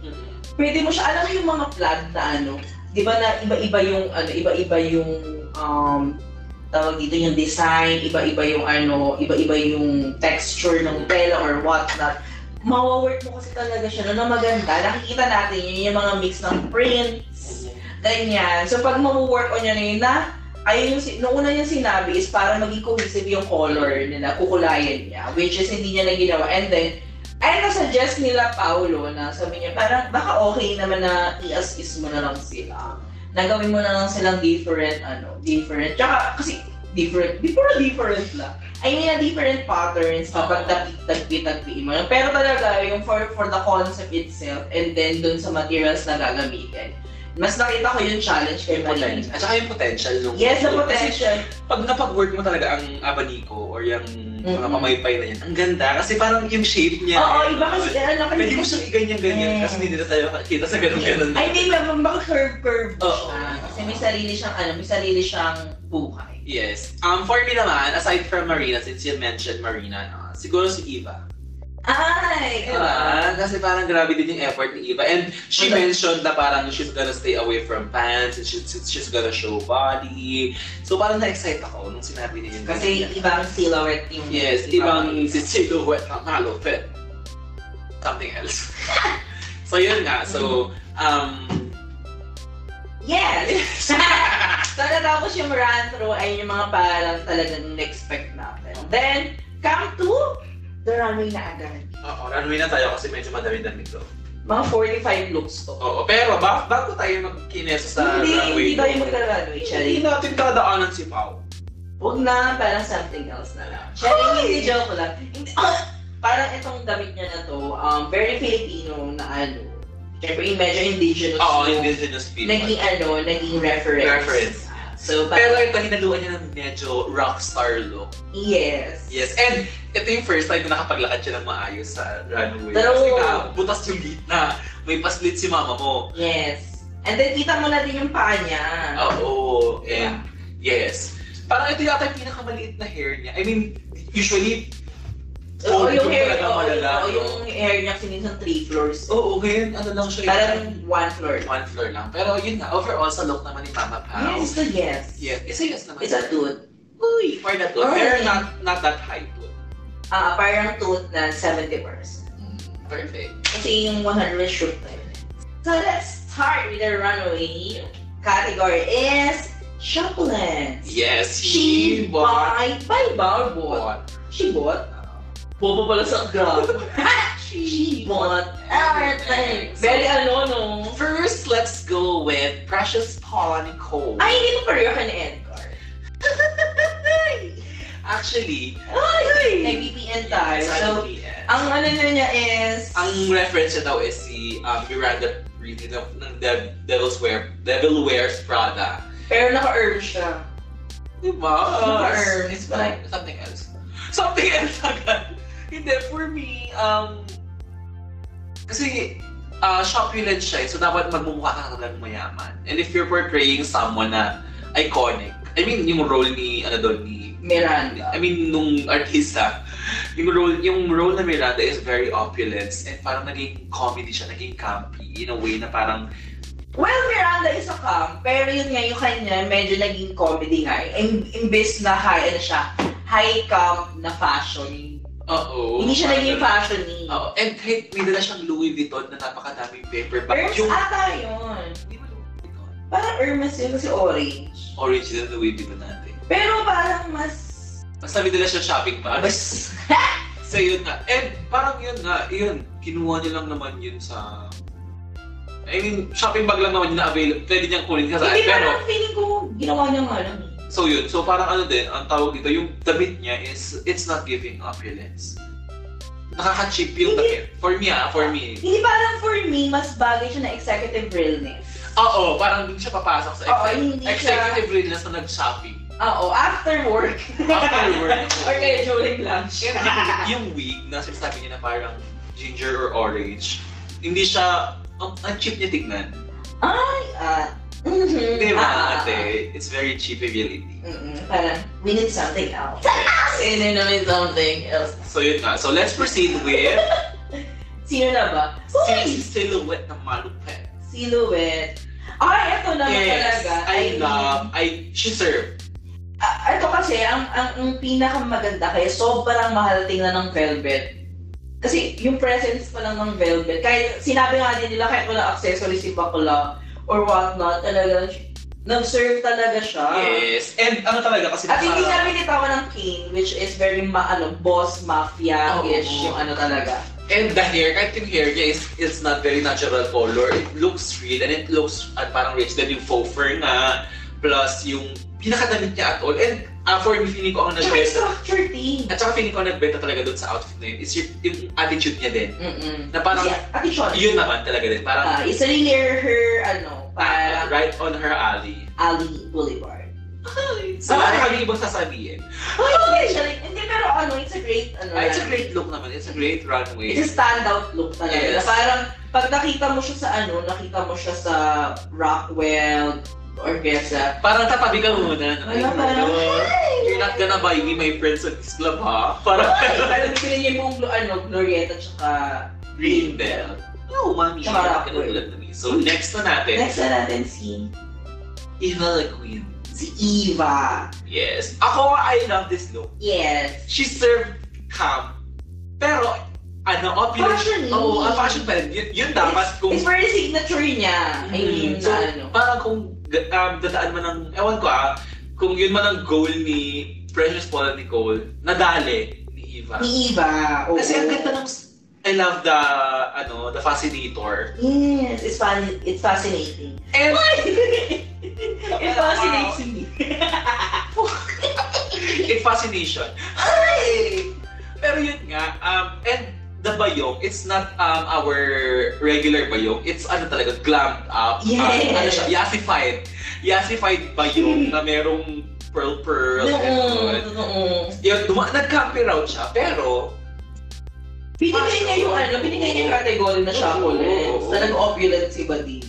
B: Mm.
A: pwede mo siya, alam mo yung mga flag na ano, di ba na iba-iba yung, ano, iba-iba yung, um, tawag dito yung design, iba-iba yung ano, iba-iba yung texture ng tela or whatnot. Mawawork mo kasi talaga siya no, na maganda. Nakikita natin yun, yung mga mix ng prints, ganyan. So pag mawawork on yun na yun na, ayun yung, si- nung una niya sinabi is para maging cohesive yung color nila, kukulayan niya, which is hindi niya na ginawa. And then, ay, nasuggest nila Paolo na sabi niya, parang baka okay naman na i-assist mo na lang sila. Nagawin mo na lang silang different, ano, different. Tsaka, kasi different, di puro different lang. I mean, na different patterns kapag tagpi-tagpi mo. Pero talaga, yung for, for the concept itself and then dun sa materials na gagamitin. Mas nakita ko yung challenge kay
B: Yung
A: Marina.
B: potential. At saka yung potential nung...
A: Yes, the
B: nung- kasi
A: potential.
B: pag napag-work mo talaga ang abaniko or yung mga
A: Mm-mm.
B: pamaypay na yan, ang ganda. Kasi parang yung shape niya.
A: Mm-hmm. Oo, iba kasi, ano, kasi...
B: Pwede mo siyang i-ganyan-ganyan
A: Mm.
B: kasi hindi na tayo kita sa ganun-ganun.
A: Ay, hindi, mabang curve-curve
B: Oo.
A: siya. Kasi may sarili siyang, ano, may sarili siyang buhay.
B: Yes. Um, for me naman, aside from Marina, since you mentioned Marina, no, siguro si Eva.
A: Ay!
B: Diba? Kasi parang grabe din yung effort ni Eva. And she
A: Okay.
B: mentioned na parang she's gonna stay away from pants and she's, she's gonna show body. So parang na-excite ako nung sinabi niya yun.
A: Kasi ibang silhouette yung...
B: Yes, ibang si silhouette ng malupit. Something else. so yun nga, so, um,
A: Yes! so natapos yung run through ay yung mga parang talagang expect natin. Then, come to the runway na agad.
B: oo, runway na tayo kasi medyo madami-dami to.
A: Mga 45 looks to.
B: Oo, pero ba bago tayo magkineso sa
A: hindi,
B: runway,
A: hindi tayo magka-runway,
B: hindi
A: Shelly.
B: natin dadaanan si Pao.
A: Huwag na, parang something else na lang. Shelly, hindi joke lang. Hindi, ah! parang itong damit niya na to, um, very Filipino na ano. Siyempre, yung medyo indigenous.
B: Oo,
A: look.
B: indigenous people.
A: Naging ano, naging reference.
B: Reference.
A: So,
B: Pero
A: parang,
B: ito, hinaluan niya ng medyo rockstar look.
A: yes.
B: Yes, and ito yung first time na nakapaglakad siya ng maayos sa runway.
A: Pero-
B: Kasi na, butas yung gitna. May paslit si mama mo. Oh,
A: Yes. And then kita mo na din yung paa niya.
B: Oo, and yes. Parang ito yata yung pinakamaliit na hair niya. I mean, usually,
A: Oo, yung hair,
B: talaga
A: oo,
B: malala.
A: oo, yung hair niya minsan three floors.
B: Oo, oh, ngayon, ano lang siya.
A: Parang one floor.
B: one floor lang. Pero yun na, overall, sa look naman ni Mama Pao.
A: Yes, it's a yes.
B: Yeah, it's a yes naman.
A: It's a tooth.
B: Uy, for that one. Pero
A: Alright.
B: not, not that high to it.
A: Ah, parang tooth na 70%.
B: Mm. Perfect.
A: Kasi yung 100 is shoot na yun. So let's start with the runway. Category is chocolates.
B: Yes,
A: She
B: she bought.
A: buy by Barbot. She bought. Bobo pala sa grab. she bought everything. Very ano no.
B: First, let's go with Precious Paula Nicole.
A: Ay, hindi ko pareho ka ni Edgar.
B: Actually,
A: May BPN tayo.
B: sa
A: So,
B: LPS.
A: ang ano na niya is...
B: Ang reference niya daw is si um, Miranda Priestley ng, ng Dev- Devil's Wear, Devil Wears Prada.
A: Pero naka-earn siya.
B: Diba?
A: Sure.
B: It's like something else. Something else agad. Hindi, for me, um, kasi uh, shopulent siya eh, so dapat magmumukha ka talagang mayaman. And if you're portraying someone na iconic, I mean, yung role ni, ano doon, ni,
A: Miranda.
B: I mean, nung artista, yung role, yung role na Miranda is very opulent and parang naging comedy siya, naging campy in a way na parang,
A: Well, Miranda is a calm, pero yun nga yung kanya, medyo naging comedy nga. eh. Im- imbes na high, ano siya, high calm na fashion.
B: uh-oh.
A: Hindi siya
B: parang
A: naging
B: ganun.
A: fashion ni.
B: Oo, and kahit may dala siyang Louis Vuitton na napakadaming paperback.
A: Hermes
B: Yung
A: ata yun.
B: Di ba Louis Vuitton?
A: Parang Hermes yun kasi orange.
B: Original Louis Vuitton natin.
A: Pero parang mas...
B: Basta may dala siyang shopping bag.
A: Mas...
B: So yun nga. And parang yun nga, yun, kinuha niya lang naman yun sa... I mean, shopping bag lang naman yun na available. Pwede niyang kunin ka saan.
A: Hindi
B: Pero,
A: parang feeling ko ginawa niya nga lang. eh.
B: so yun. So parang ano din, ang tawag dito, yung damit niya is, it's not giving opulence. Nakaka-cheap yung damit. For me ah, for me.
A: Hindi parang for me, mas bagay siya na executive realness.
B: Oo, parang hindi siya papasok sa
A: Oo,
B: exec-
A: hindi siya-
B: executive realness na nag-shopping.
A: Oo, after work.
B: After work.
A: Or kaya during lunch.
B: Kaya yung- yung wig na sinasabi niya na parang ginger or orange, hindi siya, ang, ang cheap niya tignan.
A: Ay, ah. mhm,
B: Di
A: ah,
B: ba, Diba, ate? It's very cheap ability.
A: Mm-mm, Mm-hmm. parang, we need something else. We need something else.
B: So yun nga. So let's proceed with
A: Sino na ba?
B: si
A: Uy!
B: silhouette ng malupet.
A: Silhouette. Ay, ito naman
B: Yes,
A: talaga.
B: I
A: mean,
B: love, I, she served.
A: Ah, ito kasi, ang, ang, ang pinakamaganda kaya sobrang mahal tingnan ng velvet. Kasi yung presence pa lang ng velvet, kahit sinabi nga din nila kahit walang accessories si Bakla or whatnot, talaga, nag-serve talaga siya.
B: Yes. And ano talaga kasi
A: Ah. At hindi
B: parang-
A: na binitawan ng king, which is very ma ano, boss mafia-ish
B: Oo.
A: yung ano talaga.
B: And the hair, kahit yung hair niya is, it's not very natural color. It looks real and it looks uh, parang rich. Then yung faux fur nga, plus yung pinakadamit niya at all. And uh, for me, feeling ko ang
A: Tsaka yung
B: nagbenta.
A: structure thing.
B: At saka feeling ko ang nagbenta talaga doon sa outfit na yun is yung, yung attitude niya din.
A: Mm-mm.
B: Na parang,
A: Kasi, Ate Sean,
B: yun naman talaga din. Parang,
A: ah, isa rin near her, ano,
B: uh,
A: parang
B: right on her alley.
A: Ali Boulevard.
B: So, ano kami ibang sasabihin?
A: Uy, hindi siya rin- Hindi, pero ano, it's a great, ano,
B: Ah, it's a great look naman. It's a great runway.
A: It's a standout look talaga.
B: Yes.
A: Na parang, pag nakita mo siya sa ano, nakita mo siya sa Rockwell, Orquesta,
B: Parang tatabi ka muna. no?
A: wala parang, hey!
B: You're not gonna buy me my friends at this club, ha? Parang,
A: Ay, parang bibili niya yung buong, ano, Glorieta tsaka
B: Green Bell. No, mami.
A: Tsaka
B: Tsaka
A: Rockwell.
B: na me. So, next na natin,
A: Next na natin si,
B: Evil Queen.
A: si Eva.
B: Yes. Ako, I love this look.
A: Yes.
B: She served calm. Pero, ano, opulent.
A: Fashion.
B: Oo, oh, fashion pa rin. Yun, yun dapat kung... Mm-hmm.
A: It's very signature niya. I mean,
B: so,
A: na ano.
B: parang kung um, dadaan man ng... Ewan ko ah, kung yun man ang goal ni Precious Paula Nicole, nadali ni Eva.
A: Ni Eva. oo.
B: Kasi ang ganda ng... I love the, ano, the fascinator.
A: Yes, it's, fun, it's fascinating.
B: And
A: it fascinates me.
B: It fascination.
A: Ay!
B: Pero yun nga, um, and the bayong, it's not um, our regular bayong. It's ano talaga, glammed up. um,
A: Yes. Hmm.
B: ano siya, yassified. Yassified bayong na merong pearl-pearl. and
A: Oo, oo.
B: Yun, duma- nag-camping round siya, pero
A: Binigay niya yung ano, binigay niya yung category na siya
B: Oo.
A: ulit. Talagang opulent si Badi.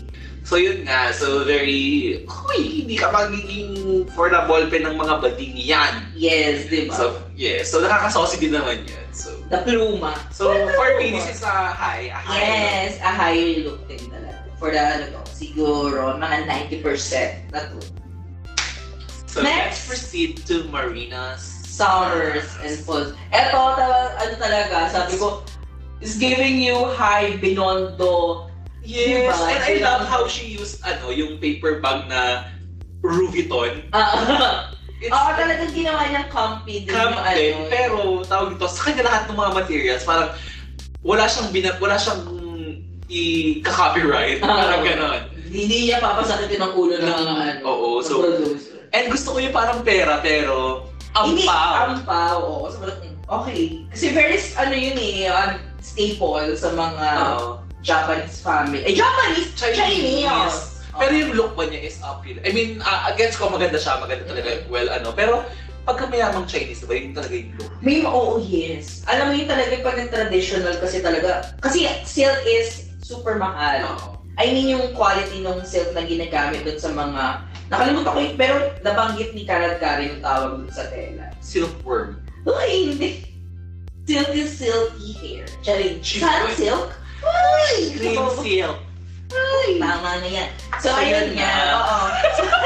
B: So yun nga, so very, huy, hindi ka magiging for the ballpen ng mga bading yan.
A: Yes, di ba?
B: So, yeah, so nakakasosy din naman yan. So,
A: The pluma.
B: so for me, this is a high, a high.
A: Yes, a higher look din talaga. For the ano ko, siguro mga 90% na to.
B: So
A: Next.
B: let's proceed to Marina's.
A: Sours and falls. Eto, ta- ano talaga, sabi ko, is giving you high binondo.
B: Yes,
A: Diba?
B: and I love how she used ano, yung paper bag na Rubiton.
A: Ah,
B: It's
A: Oo, talagang ginawa niyang comfy din yung
B: cramped din,
A: ano.
B: pero tawag dito, sa kanya lahat ng mga materials, parang wala siyang binap, wala siyang i-copyright.
A: Ah.
B: parang ganon.
A: Hindi niya papasakitin ang ulo ng ano.
B: Oo,
A: ng
B: so-
A: producer.
B: And gusto ko yung parang pera, pero ang
A: Hindi,
B: pao.
A: Ampaw, oo. So, parang, mm, okay. Kasi very, s- ano yun eh, um, staple sa mga
B: Oo.
A: Japanese family. Eh, Japanese! Chinese!
B: Pero yung look ba niya is appeal. I mean, uh, against ko maganda siya, maganda talaga. Well, ano, pero pagka mayamang Chinese, diba, yung talaga yung look.
A: May mga oo, yes. Alam mo yun talaga pag yung traditional kasi talaga. Kasi silk is super mahal.
B: Oo.
A: I mean yung quality ng silk na ginagamit dun sa mga... Nakalimutan ko yun, pero nabanggit ni Karad Karen yung tawag dun sa tela.
B: Silkworm.
A: Uy, hindi. Silk is silky hair. Charing.
B: Cheap
A: Sun
B: boy.
A: silk? Uy!
B: Green silk.
A: Uy! Tama na yan. So,
B: So,
A: ayun
B: yun
A: nga.
B: na.
A: Oo.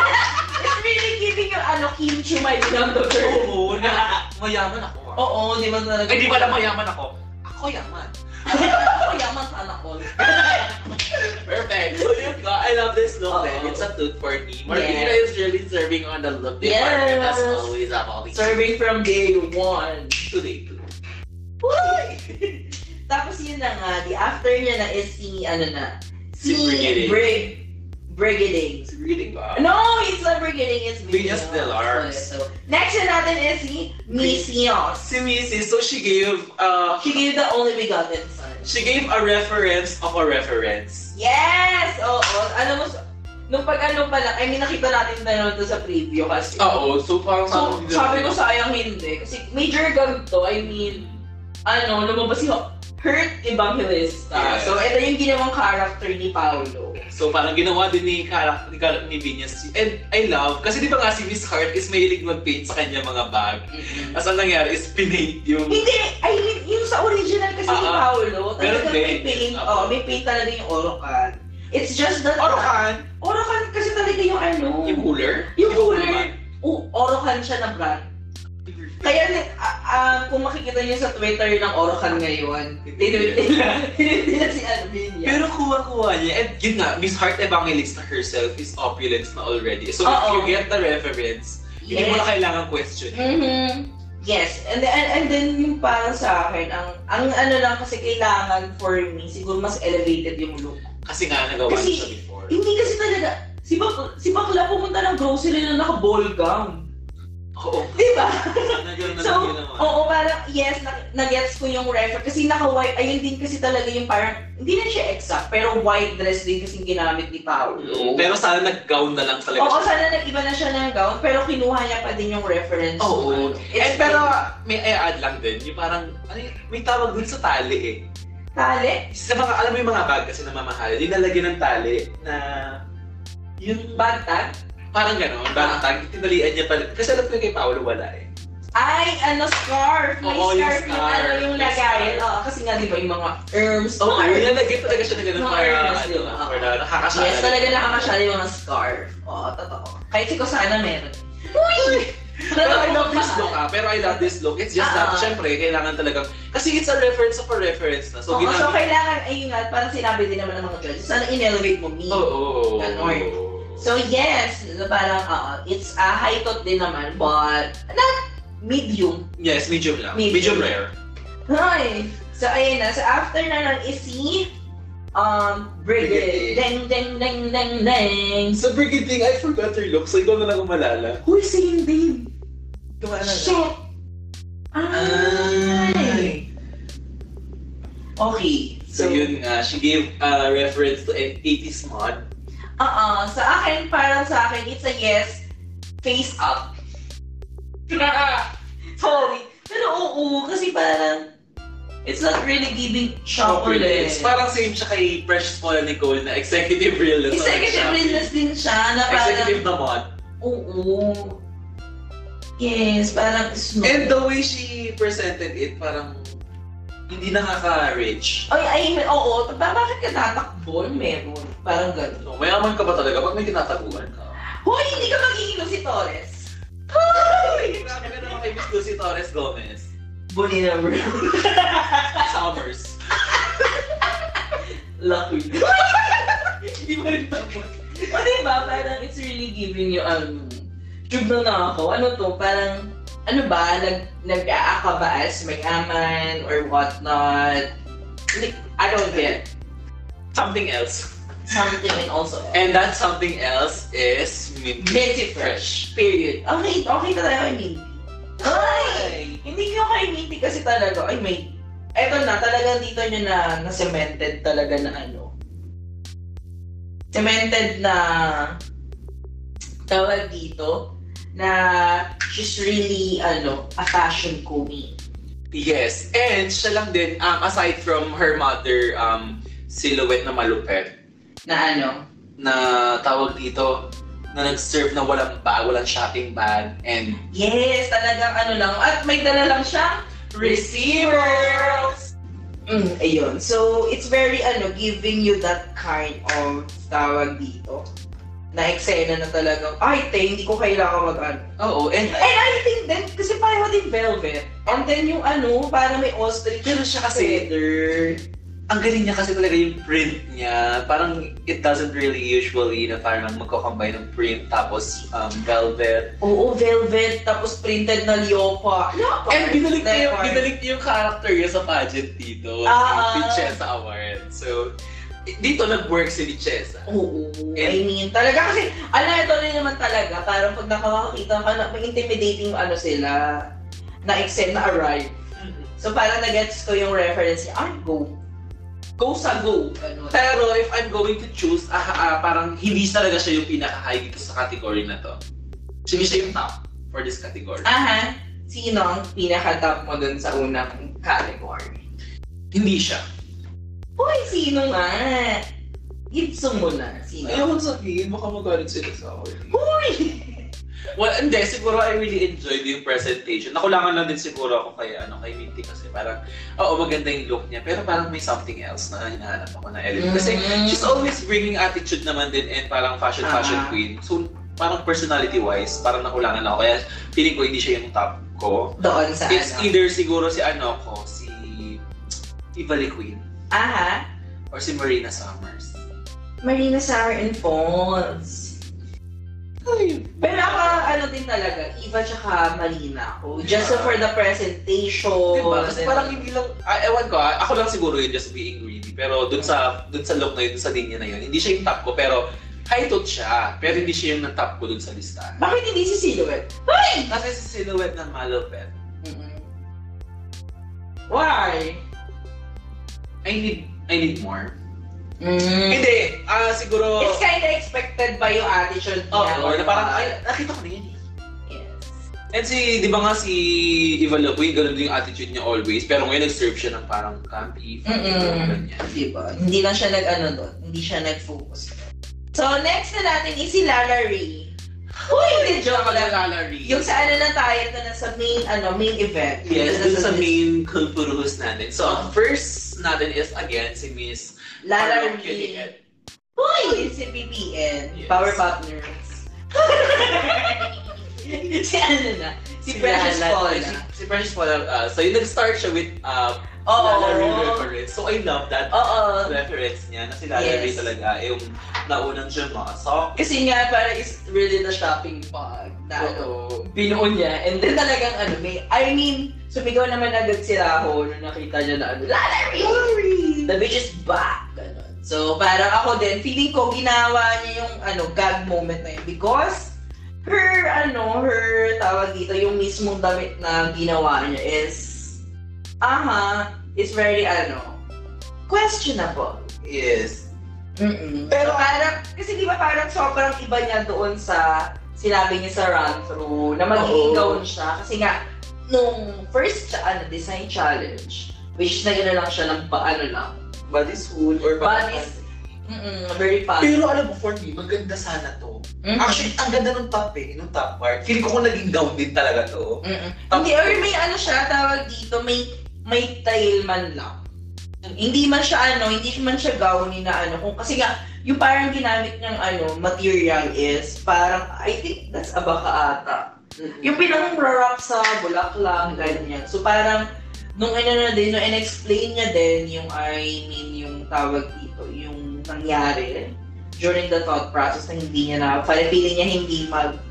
A: It's really giving yung ano, kimchi my daughter.
B: Oo, na mayaman ako. ah.
A: Oo, di ba talaga?
B: Eh, di pala mayaman ako. Ako yaman.
A: Ako yaman sa anak ko.
B: Perfect. So yun nga, I love this
A: Oo.
B: look then. It's a toot for me. Martina
A: Yes.
B: is really serving on the look department
A: Yes.
B: as always. I'm always
A: Serving from day one.
B: today too.
A: Tapos yun na nga, the after niya na is si, ano na, si
B: Si Brigading.
A: Brig, Brigading.
B: Really ba?
A: No, it's not Brigading, it's
B: Venus
A: Venus.
B: del Ars.
A: So, next na natin is si Misios.
B: Si Missy, so she gave, uh,
A: She gave the only begotten son.
B: she gave a reference of a reference.
A: Yes! Oo. Alam mo, nung pag ano pa lang, I mean, nakita natin na yun doon sa preview kasi.
B: Oo, so parang
A: So, sabi ko sayang hindi. Kasi major gag to, I mean, ano, lumabas si Ho- Hurt Evangelista.
B: Yes.
A: So, ito yung ginawang character ni Paolo.
B: So parang ginawa din ni character ni, Kara- ni Venus. And I love, kasi di ba nga si Miss Hart is mahilig mag-paint sa kanya mga bag. As ang nangyari is pinaint yung
A: Hindi! I mean, yung sa original kasi ni
B: Ah, ah.
A: Paolo,
B: Meron
A: talaga may
B: din.
A: paint,
B: Ah.
A: oh, may paint talaga yung Orokan. It's just that...
B: Orokan,
A: Orokan kasi talaga yung ano...
B: yung cooler.
A: Yung cooler. Oh, Orokan siya na brand. Kaya ni- ah, ah, kung makikita niyo sa Twitter ng Orokan ngayon, tinitira nila si Alvinia.
B: Pero kuha-kuha niya. And yun nga, Miss Heart Evangelista herself is opulence na already. So
A: Oo.
B: if you get the reference, hindi mo na kailangan question.
A: Mhm. Yes, and then, and, and then yung para sa akin, ang ang ano lang kasi kailangan for me, siguro mas elevated yung look.
B: Kasi nga, nagawa
A: Kasi-
B: niya siya before.
A: Hindi kasi talaga, si, Bak si Bakla pumunta ng grocery na naka-ball gown.
B: Oo.
A: Di ba?
B: Sana yun na
A: So,
B: lang yun naman.
A: Oo, parang yes, na- nag-gets ko yung refer. Kasi naka-white, ayun din kasi talaga yung parang, hindi na siya exact, pero white dress din kasi ginamit ni Paolo.
B: Pero sana nag-gown na lang talaga.
A: Oo,
B: siya.
A: sana nag-iba na siya ng gown, pero kinuha niya pa din yung reference.
B: Oo.
A: It's
B: And pero may i-add lang din, yung parang, ano yun, may tawag dun sa tali eh.
A: Tali?
B: Sa mga, alam mo yung mga bag kasi na mamahal, nilalagyan ng tali na yung
A: Bata?
B: parang gano'n, parang tag, tinalian niya pala. Kasi alam ko kay Paolo wala eh.
A: Ay, ano, scarf! May
B: Oo, yung
A: scarf yung,
B: scarf.
A: ano yung
B: May
A: lagayan.
B: scarf.
A: Oo, kasi nga, di ba, yung mga herbs.
B: Oo, oh,
A: mga herbs.
B: nilalagyan talaga siya ng gano'n
A: Mga
B: para,
A: earnest
B: ano,
A: yun, ah.
B: para nakakasala.
A: Yes, talaga nakakasyari yung mga scarf. Oo, totoo. Kahit si Kusana meron. Uy!
B: Pero I love this look ah, pero I love this look. It's just
A: Ah, ah.
B: that, syempre, kailangan talagang, kasi it's a reference of a reference na.
A: So,
B: So,
A: Oo, so
B: ginamit.
A: kailangan, ayun nga, parang sinabi din naman ng mga judges, sana in-elevate mo me.
B: Oo, oo, oo.
A: Ganon. So yes, parang oo, it's a high tot din naman, but not medium.
B: yes, medium lang.
A: Medium.
B: Medium, rare.
A: Hi. So ayun na, so after na nun is si um Brigade.
B: Brigade.
A: Deng deng deng deng deng.
B: So, Brigitte, I forgot her look, so ikaw na lang ang malala.
A: Who is singing babe?
B: Gawa
A: Shit. Ay. Okay.
B: So, yun nga, she gave a reference to an 80s mod.
A: Oo, uh-uh. sa akin parang sa akin it's a yes face up. Sorry. Pero oo, kasi parang, It's not really giving chocolate.
B: Chocolates. Parang same siya kay Precious Paula Nicole na executive realness.
A: Executive realness din siya na parang,
B: Executive na mod.
A: oo. Yes, parang snow.
B: And the way she presented it, parang hindi nakaka-rich.
A: Ay, ay, may- oo. Ba, bakit ka tatakbo? Meron. Parang ganun.
B: So, mayaman ka ba talaga pag may tinataguan ka?
A: Hoy, hindi ka magiging si Torres.
B: Hindi na kami naman kay Miss Lucy Torres Gomez.
A: Bully number.
B: Summers.
A: Lucky.
B: Iba rin naman.
A: O diba, parang it's really giving you, ano, tube na na ako. Ano to, parang, ano ba, nag, nag-aaka ba as mayaman or whatnot? Like, I don't get
B: Something else.
A: something and also eh,
B: And that something else is Mindy
A: Minty
B: Fresh.
A: Period. Okay, okay na tayo kay Minty. Ay!
B: Ay!
A: Hindi ko kay Minty kasi talaga, ay may, eto na, talagang dito niya na, na cemented talaga na ano. Cemented na, tawag dito, na she's really, ano, a fashion queen.
B: Yes, and siya lang din, um, aside from her mother, um, silhouette na malupet,
A: Na ano,
B: na tawag dito, na nag-serve na walang bag, walang shopping bag, and
A: yes, talagang ano lang, at may dala lang siya,
B: receivers!
A: Mm, ayun. So, it's very, ano, giving you that kind of tawag dito. Na eksena na talagang, ay, te, hindi ko kailangan mag ano.
B: Oo, and
A: And I think then, kasi pareho din velvet. And then yung ano, parang may ostrich.
B: Pero siya kasi-
A: feather.
B: ang galing niya kasi talaga yung print niya. Parang it doesn't really usually na parang magkakombine ng print tapos um, velvet.
A: Oo, velvet. Tapos printed na leopard. Leopard.
B: And binalik niya yung,
A: Leopard.
B: binalik niya yung character niya sa pageant dito.
A: Ah.
B: Sa Chesa Award. So, dito nag-work si Chesa.
A: Oo.
B: And-
A: I mean, talaga kasi, alam, ito rin naman talaga, parang pag nakakakita ka, na, may intimidating yung ano sila, na extend na arrive.
B: Mm-hmm.
A: So parang nag-gets ko yung reference niya, ay, go. Go sa go. Ganun.
B: Pero if I'm going to choose, ah, ah, parang hindi talaga siya yung pinaka-high dito sa category na to. Hindi siya yung top for this category.
A: Aha, sino ang pinaka-top mo dun sa unang category?
B: Hindi siya.
A: Hoy, sino nga? Gibson mo na. Sino?
B: Ayoko sabihin, baka magalit sila sa akin.
A: Hoy!
B: Well, hindi. Siguro I really enjoyed yung presentation. Nakulangan lang din siguro ako kay, ano, kay Minty kasi parang, oo, maganda yung look niya. Pero parang may something else na hinahanap ako na element. Kasi she's always bringing attitude naman din and parang fashion fashion
A: Tama.
B: queen. So, parang personality wise, parang nakulangan ako. Kaya feeling ko hindi siya yung top ko.
A: doon sa
B: It's
A: ano.
B: either siguro si ano ko, si Ivali Queen
A: Aha,
B: or si Marina Summers.
A: Marina Sarah and Fons.
B: Ay,
A: Pero ako, ano din talaga, Eva tsaka Marina ako. Just for the presentation.
B: Diba? Kasi parang hindi lang, ah, ewan ko, ah, ako lang siguro yun just being greedy. Pero dun sa, dun sa look na yun, dun sa linya na yun, hindi siya yung top ko, pero high tot siya. Pero hindi siya yung na-top ko dun sa listahan.
A: Bakit hindi si Silhouette?
B: Kasi sa silhouette ng Malopet,
A: Why?
B: I need, I need more.
A: Mm.
B: Hindi, ah, siguro,
A: It's kinda expected by yung attitude niya.
B: oh, na parang, ay, nakita ko na yun eh.
A: Yes.
B: And si, di ba nga si Ivan Lapuy, ganun din yung attitude niya always. Pero ngayon nag-serve siya ng parang campy, fun,
A: Mm-mm.
B: ganyan.
A: Diba? Hindi lang siya nag-ano doon. Hindi siya nag-focus. So, next na natin is si Lala Ray. Uy, hindi joke lang.
B: gallery.
A: Yung sa ano na tayo, ito na sa main, ano, main event. Ito
B: Yes, dun
A: na
B: sa main kulpuruhus natin. So, ang first natin is, again, si Miss
A: Lala
B: Parang Culiet.
A: Ray. Uy, yun si BBN.
B: Yes.
A: Power Partners. si ano na? Si, Precious
B: Lala-
A: Paula.
B: Si, si Precious Paula. Uh, so, yung nag-start siya with uh,
A: Oo.
B: Lala Ray reference. So, I love that
A: Oo.
B: reference niya na si Lala
A: Yes.
B: Ray talaga yung naunang jumasok.
A: Kasi nga, para is really the shopping bag. Na ano,
B: Oo.
A: binuo niya. And then talagang ano, may, I mean, sumigaw naman agad si Raho nung nakita niya na ano, Lalari! The bitch is back! Ganon. So, parang ako din, feeling ko ginawa niya yung ano, gag moment na yun because her, ano, her tawag dito, yung mismong damit na ginawa niya is, aha, is very, ano, questionable.
B: Yes.
A: Mm-mm. Pero
B: Pero-
A: parang, kasi di ba parang sobrang iba niya doon sa sinabi niya sa run-through na magiging
B: Oo.
A: gown siya. Kasi nga, nung first cha- ano, design challenge, Which is nag-ano lang siya ng paano lang.
B: Body's full or
A: Body's- Mm-mm, very fast.
B: Pero alam mo, for me, maganda sana to.
A: Mm-mm.
B: Actually, ang ganda ng top eh, nung top part. Feeling ko kung naging gown din talaga to.
A: Mm-mm.
B: Top
A: Hindi, or may ano siya, tawag dito, may may tail man lang. Hindi man siya ano, hindi man siya gawin na ano. Kung, kasi nga, yung parang ginamit niyang ano, material is parang, I think that's abaka ata. Yung pinang-wrap sa bulaklak, ganyan. So parang, nung ano na din, nung in-explain niya din yung, I mean, yung tawag dito, yung nangyari during the thought process na hindi niya na, parang feeling niya hindi mag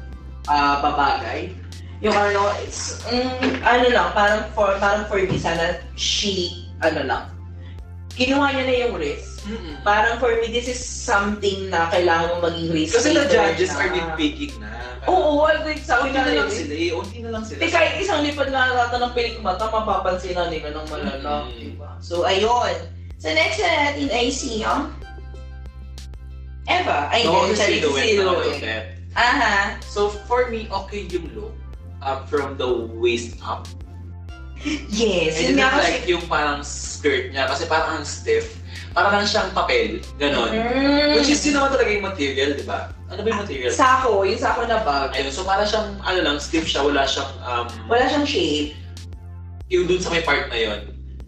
A: ah, babagay. Yung ano, it's, mm, ano lang, parang for, parang for me sana, she, ano lang, kinuha niya na yung risk.
B: Mm-mm.
A: Parang for me, this is something na kailangan mo maging risk.
B: Kasi the
A: taker
B: judges
A: na.
B: are nitpicking na.
A: Oo, agree sa akin na
B: Unti na lang
A: rin.
B: sila eh. Unti na lang sila.
A: Di kahit isang lipad na natin ng pelikula, ito mapapansin na nila ng malala,
B: Mm.
A: di ba? So, ayun. So, next na natin ay si, um, Eva. Ay,
B: No,
A: no, sorry,
B: silhouette
A: si
B: na
A: Loe.
B: lang.
A: Aha.
B: So for me, okay yung look. Um, from the waist up.
A: Yes.
B: I
A: Yun nga
B: didn't
A: kasi.
B: like yung parang skirt niya kasi parang ang stiff. Parang lang siyang papel. Ganon.
A: Mm.
B: ano, Which is yun naman talaga yung material, di ba? Ano ba yung material?
A: Sako. Yung sako na bag.
B: Ayun, so parang siyang, ano lang, stiff siya. Wala siyang, um,
A: Wala siyang shape.
B: yung dun sa may part na yun.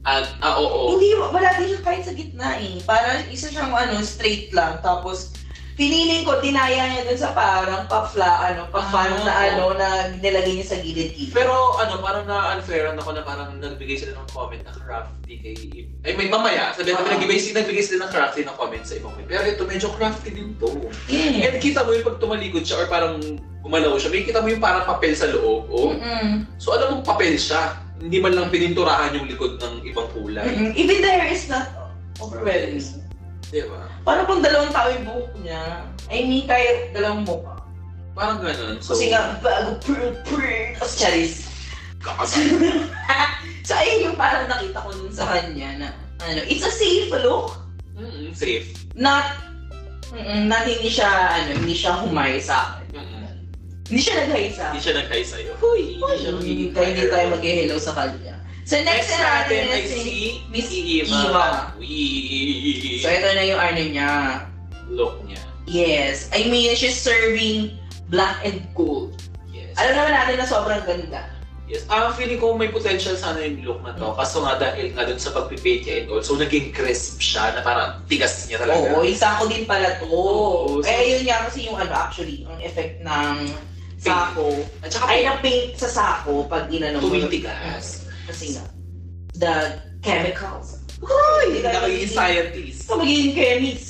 B: At, ah, oo.
A: Hindi, wala din siya kahit sa gitna eh. Parang isa siyang ano, straight lang. Tapos, piniling ko, tinaya niya dun sa parang pa-fla, ano, pa-fan
B: Ah,
A: na
B: oo.
A: ano, na nilagay niya sa gilid-gilid.
B: Pero ano, parang na-unfairan ako na parang nagbigay sila ng comment na crafty kay Im. E. Ay, may mamaya, sabi natin,
A: Ah.
B: nagbigay, sila, nagbigay sila E ng crafty na comment sa ibang Pero ito, medyo crafty din to.
A: Yeah.
B: And kita mo yung pag tumalikod siya or parang gumalaw siya, may kita mo yung parang papel sa loob. Oh.
A: Mm-mm.
B: So alam mo, papel siya. Hindi man lang pininturahan yung likod ng ibang kulay.
A: Mm-mm. Mm-hmm. Even the hair is not overwhelming.
B: Di ba?
A: Para pang dalawang tao yung buhok niya. I mean, kahit dalawang mukha.
B: Parang ganun. So,
A: Kasi nga, bago, prr, prr, tapos charis.
B: kakasal.
A: so, ayun yung parang nakita ko dun sa kanya na, ano, it's a safe look.
B: Mm, safe.
A: Not, mm not hindi siya, ano, hindi siya humay sa akin.
B: Mm-mm.
A: Hindi siya nag-hide sa
B: Hindi
A: akin.
B: siya nag-high sa'yo.
A: Uy,
B: Hindi
A: hindi
B: siya magiging
A: tayo, hindi tayo
B: higher.
A: mag-hello sa kanya. So, next, na
B: Next
A: natin,
B: natin ay
A: is si...
B: si
A: Miss
B: Miss Eva.
A: Eva.
B: Wee.
A: So, ito na yung ano niya.
B: Look niya.
A: Yes. I mean, she's serving black and gold.
B: Yes.
A: Alam naman natin na sobrang ganda.
B: Yes. Ah, feeling ko may potential sana yung look na to. Kaso nga dahil nga dun sa pagpipate niya and all, so naging crisp siya na parang tigas niya talaga.
A: Oo, isa ko din pala to.
B: Oo, so-
A: eh, yun nga kasi yung ano actually, ang effect ng sako.
B: At saka
A: Ay,
B: ay,
A: ng paint sa sako pag inano mo.
B: tumitigas.
A: Kasi nga, the chemicals.
B: Uy!
A: Talaga
B: Naging
A: yun.
B: scientist.
A: So, magiging chemist.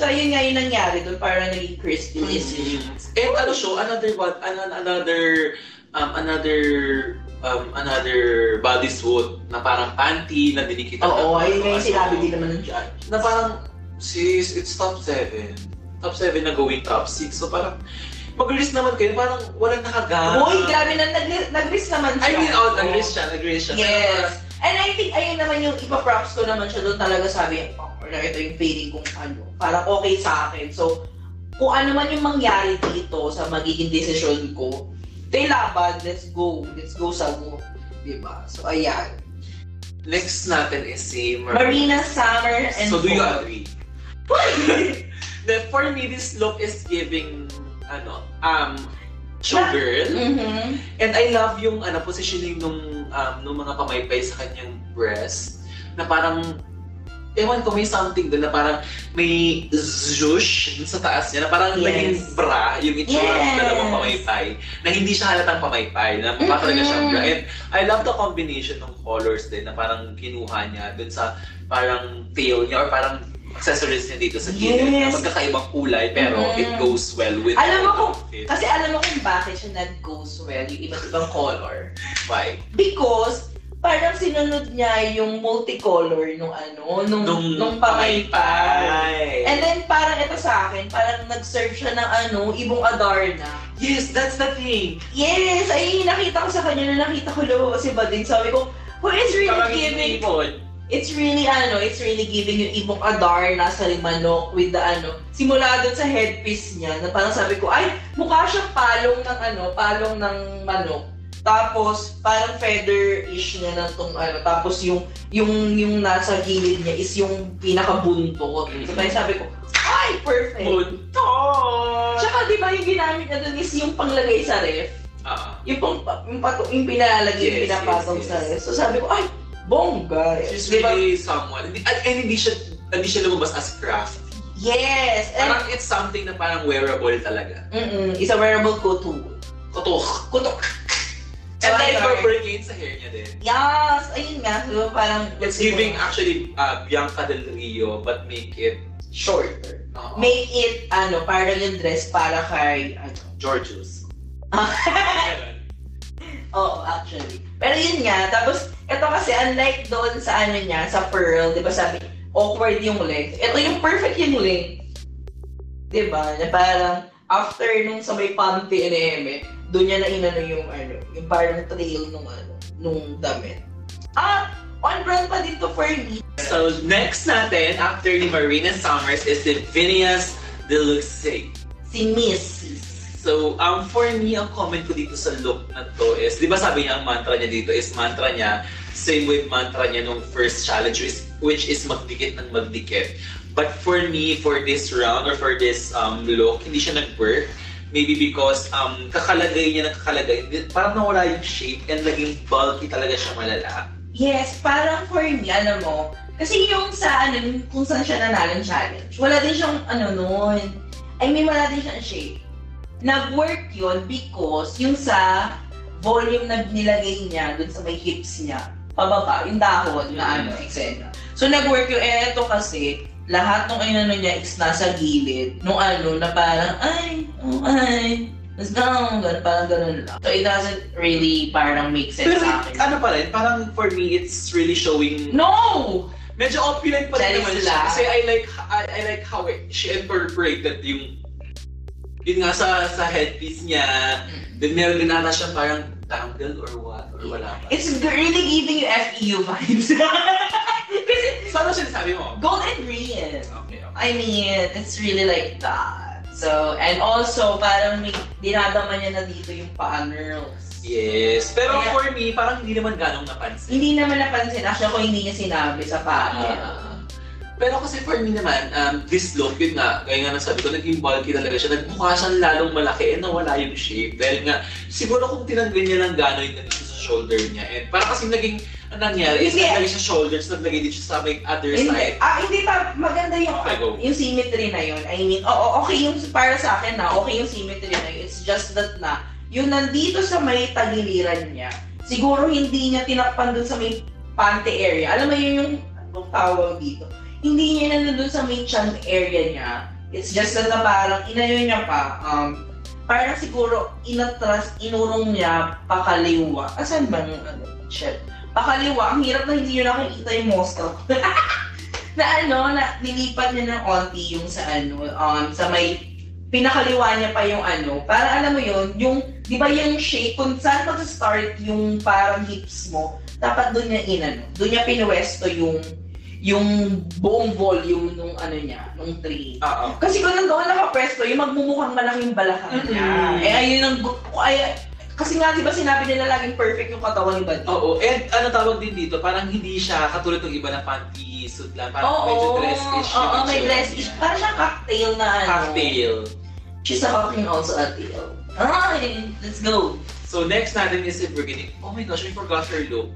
A: So, yun nga yung nangyari doon, parang naging crispy.
B: Hmm. And ano siya, another one, an- another, um, another, um, another body suit na parang panty na dinikita.
A: Oo,
B: na-
A: ayun nga yung
B: ano,
A: sinabi din naman ng judge.
B: Na parang, sis, it's top 7. Top 7 na going top 6. So parang, mag-release naman kayo, parang walang nakagana.
A: Uy, grabe na, nag- nag-risk naman siya.
B: Ah. I mean, oh, nag-release siya, nag-release siya.
A: Yes. And I think ayun naman yung ipa-props ko naman siya doon talaga sabi, oh, wala, ito yung feeling kong ano, parang okay sa akin. So, kung ano man yung mangyari dito sa magiging decision ko, they labad, let's go, let's go sa go. Diba? So, ayan.
B: Next natin is si Marie.
A: Marina, Summer, and
B: So do you
A: Paul.
B: agree? The, for me, this look is giving, ano, um, showgirl.
A: Mhm.
B: And I love yung, ano, positioning nung, um, nung mga pamaypay sa kanyang breast. Na parang, ewan ko, may something doon na parang may zhoosh dun sa taas niya. Na parang
A: Yes.
B: naging bra yung itsura ng
A: Yes.
B: dalawang pamaypay. Na hindi siya halatang pamaypay. Na mukha talaga siyang bra.
A: Mm-mm.
B: And I love the combination ng colors din na parang kinuha niya dun sa parang tail niya or parang accessories niya dito sa gilid
A: Yes.
B: na magkakaibang kulay pero
A: Mm-mm.
B: it goes well with
A: Alam mo
B: the
A: kung-
B: outfit.
A: Kasi alam mo kung bakit siya nag-goes well, yung iba't ibang color.
B: Why?
A: Because, parang sinunod niya yung multicolor nung ano, nung, nung, pamaypay. And then parang ito sa akin, parang nag-serve siya ng ano, ibong Adarna.
B: yes, that's the thing.
A: Yes! Ay, nakita ko sa kanya na nakita ko lo si Badin. Sabi ko, who is really
B: Parang
A: giving?
B: ipon.
A: It's really ano, it's really giving yung ibong Adarna sa limanok with the ano. Simula doon sa headpiece niya, na parang sabi ko, ay, mukha siyang palong ng ano, palong ng manok. Tapos, parang feather-ish niya na tong ano. Tapos yung, yung, yung nasa gilid niya is yung pinakabuntot. So, tayo sabi ko, ay, perfect!
B: Buntot!
A: Tsaka, di ba yung ginamit na dun is yung panglagay sa ref?
B: Ah,
A: Yung, pang, yung, pato, yung pinalagay, yung
B: Yes,
A: pinapatong
B: yes,
A: sa
B: yes.
A: ref. So, sabi ko, ay, bongga!
B: she's
A: Di ba?
B: really someone. Hindi- And, and hindi siya, hindi siya lumabas as craft.
A: Yes! And,
B: Parang it's something na parang wearable talaga.
A: mm it's a wearable go-to.
B: Kutok.
A: Kutok.
B: And
A: Sorry,
B: then
A: sorry.
B: incorporate sa hair niya din.
A: Yes! Ayun nga, so parang...
B: It's giving actually uh, Bianca Del Rio but make it
A: shorter.
B: uh,
A: Make it, ano, parang yung dress para kay, ano.
B: Georgios.
A: Oo, Oh, actually. Pero yun nga, tapos, ito kasi, unlike doon sa ano niya, sa Pearl, di ba sabi, awkward yung length. Ito yung perfect yung length. Di ba? Na parang, after nung sa may panty ni Eme, doon niya na inano yung ano, yung parang trail nung ano, nung damit. Ah! On brand pa dito for me.
B: So next natin after ni Marina Summers is the Vinias Deluxe.
A: Si Miss.
B: So, um, for me, ang comment ko dito sa look na to is, di ba sabi niya ang mantra niya dito is mantra niya, same with mantra niya nung first challenge, which is, which is magdikit ng magdikit. But for me, for this round or for this um, look, hindi siya nag-work. Maybe because um, kakalagay niya ng kakalagay, hindi- parang nawala yung shape and naging bulky talaga siya malala.
A: Yes, parang for me, alam mo, kasi yung sa, ano, kung saan siya nanalo ng challenge, wala din siyang, ano, nun. I mean, wala din siyang shape. Nag-work yun because yung sa volume na nilagay niya dun sa may hips niya, pababa, yung dahon na ano, etc. So, nag-work yun. Eh, ito kasi, lahat ng ano niya is nasa gilid. Nung ano, na parang, ay, oh, ay, let's go, ganun, parang ganun lang. So, it doesn't really parang make sense
B: Pero
A: sa akin.
B: ano pa rin, parang for me, it's really showing
A: No!
B: medyo opulent pa rin
A: Jealous
B: naman
A: lang.
B: siya. Kasi I like I, I like how it, she incorporated yung yun nga sa sa headpiece niya. Then meron din nata siya parang dangle or what or wala pa.
A: It's really giving you FEU vibes. Kasi
B: So ano sinasabi mo?
A: gold and green.
B: Okay, okay.
A: I mean, it's really like that. So, and also, parang may dinadama niya na dito yung paa girls.
B: Yes. Pero
A: Kaya-
B: for me, parang hindi naman ganong napansin.
A: Hindi naman napansin. Actually, ako hindi niya sinabi sa paa niya.
B: Ah. pero kasi for me naman, um, this look, yun nga, gaya nga nasabi ko, naging bulky talaga siya. Nagmukha siyang lalong malaki and nawala yung shape. Dahil nga, siguro kung tinanggal niya ng gano'y nandito sa shoulder niya. And parang kasi naging, ang nangyari is
A: Hindi.
B: naglagay siya shoulders, naglagay din siya sa may other
A: Hindi,
B: side.
A: ah, hindi pa. Maganda yung,
B: Okay, go.
A: yung symmetry na yun. I mean, oo, okay yung para sa akin na, okay yung symmetry na yun. It's just that na, yung nandito sa may tagiliran niya, siguro hindi niya tinakpan dun sa may pante area. Alam mo yun yung anong tawag dito. Hindi niya na dun sa may chan area niya. It's just that na parang inayo niya pa. Um, parang siguro inatras, inurong niya pakaliwa. Asan ba yung ano? Shit. Pakaliwa. Ang hirap na hindi niyo nakikita yung muscle. na ano, na nilipat niya ng onti yung sa ano, um, sa may pinakaliwa niya pa yung ano. Para alam mo yun, yung, di ba yung shape, kung saan mag-start yung parang hips mo, dapat doon niya inano, doon niya pinuwesto yung yung buong volume nung ano niya, nung tree.
B: Oo.
A: Kasi kung nandoon nakapresto, yung magmumukhang malaking balakan niya.
B: Mm-mm.
A: Eh, ayun ang... gu- Ay, kasi nga, di ba sinabi nila laging perfect yung katawan ni Buddy?
B: Oo. And ano tawag din dito, parang hindi siya katulad ng iba na panty suit lang. Parang medyo dress-ish.
A: Oo,
B: yung
A: may
B: itsura
A: dress
B: niya.
A: ish. Parang siyang cocktail na ano.
B: Cocktail.
A: She's a fucking also a tail. Ay, let's go.
B: So next natin is si Brigitte. Oh my gosh, I forgot her look.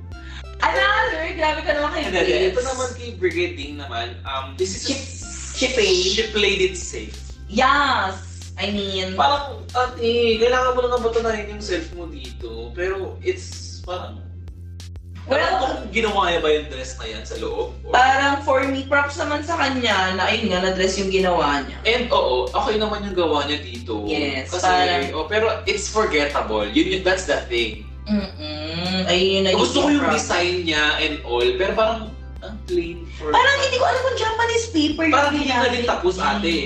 A: Another, grabe ka naman kayo,
B: And then,
A: Grace.
B: ito naman kay Brigading naman, um, this is
A: She- she played. Mm-hmm.
B: she played it safe.
A: Yes! I mean,
B: Parang, ate, kailangan mo lang nabato na rin yung self mo dito. Pero, it's parang,
A: well,
B: well, kung ginawa niya ba yung dress na yan sa loob? Or-
A: parang for me, props naman sa kanya na ayun nga, na-dress yung ginawa niya.
B: And oo, okay naman yung gawa niya dito.
A: Yes,
B: Kasi,
A: parang-
B: oh, pero it's forgettable. Yun, yun, that's the thing.
A: Mm-mm. Ayun yun, naging
B: Gusto ko yung
A: props.
B: design niya and all, pero parang, ang plain for...
A: Parang hindi ko alam kung Japanese paper yung
B: parang hindi na
A: ginamit.
B: din tapos ate.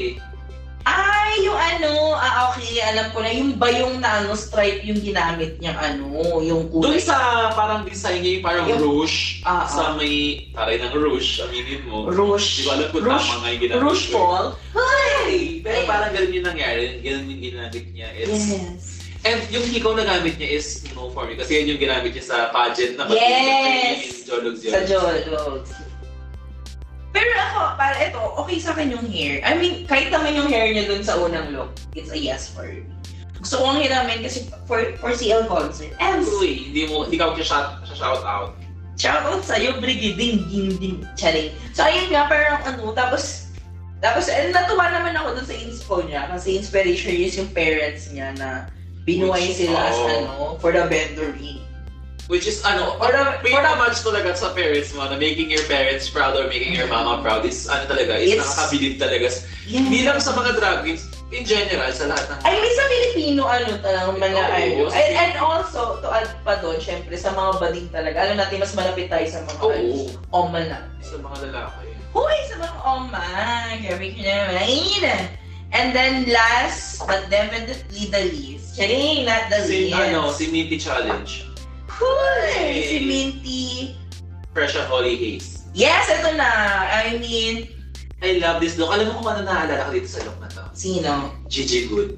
A: Ay, yung ano, ah okay, alam ko na, yung bayong na ano, stripe yung ginamit niyang ano, yung
B: Doon
A: kulay.
B: sa parang design niya yung parang
A: Yung-
B: rouge,
A: Ah,
B: sa may taray ng rouge, aminin mo. Di
A: Rouge.
B: ko alam kung
A: Rouge,
B: tama nga yung ginamit.
A: Rouge
B: ko. eh.
A: Paul. Hi!
B: Pero parang ganun yung nangyari, ganun yung ginamit niya. It's,
A: Yes.
B: And yung hikaw na gamit niya is no for me. Kasi yun yung ginamit niya sa pageant na
A: Yes!
B: Jologs yun.
A: Sa Jologs. Pero ako, para ito, okay sa akin yung hair. I mean, kahit naman yung hair niya dun sa unang look, it's a yes for me. Gusto ko ang hiramin kasi for, for CL concert. And
B: Uy, hindi mo, hindi ka siya shout, siya shout out.
A: shout out sa'yo, Brigiding Ginding Charing. So ayun nga, parang ano, tapos, tapos, and natuwa naman ako dun sa inspo niya kasi inspiration is yung parents niya na binuhay
B: Which-
A: sila as
B: oh.
A: ano, for the vendoring.
B: Which is ano,
A: Or the, for
B: Pretty
A: the
B: much talaga sa parents mo na making your parents proud or making your mama proud is ano talaga, is
A: It's-
B: nakakabilib talaga.
A: Yes.
B: Hindi lang sa mga drag queens, in general, sa lahat ng...
A: I mean, sa Filipino, ano talagang mga
B: Oo,
A: ano.
B: sa
A: And, and also, to add pa doon, syempre, sa mga bading talaga, alam natin, mas malapit tayo sa mga
B: Oo,
A: ano, oma na.
B: sa mga lalaki.
A: Hoy, sa mga oma, grabe ka naman. Ayun na. And then last, but definitely the least. Charing, not the
B: Si,
A: least.
B: ano, si Minty Challenge,
A: Hoy, si Minty.
B: Fresh Holly Hayes.
A: Yes, ito na. I mean,
B: I love this look. Alam mo kung ano naalala ko dito sa look na to?
A: sino?
B: Gigi Good.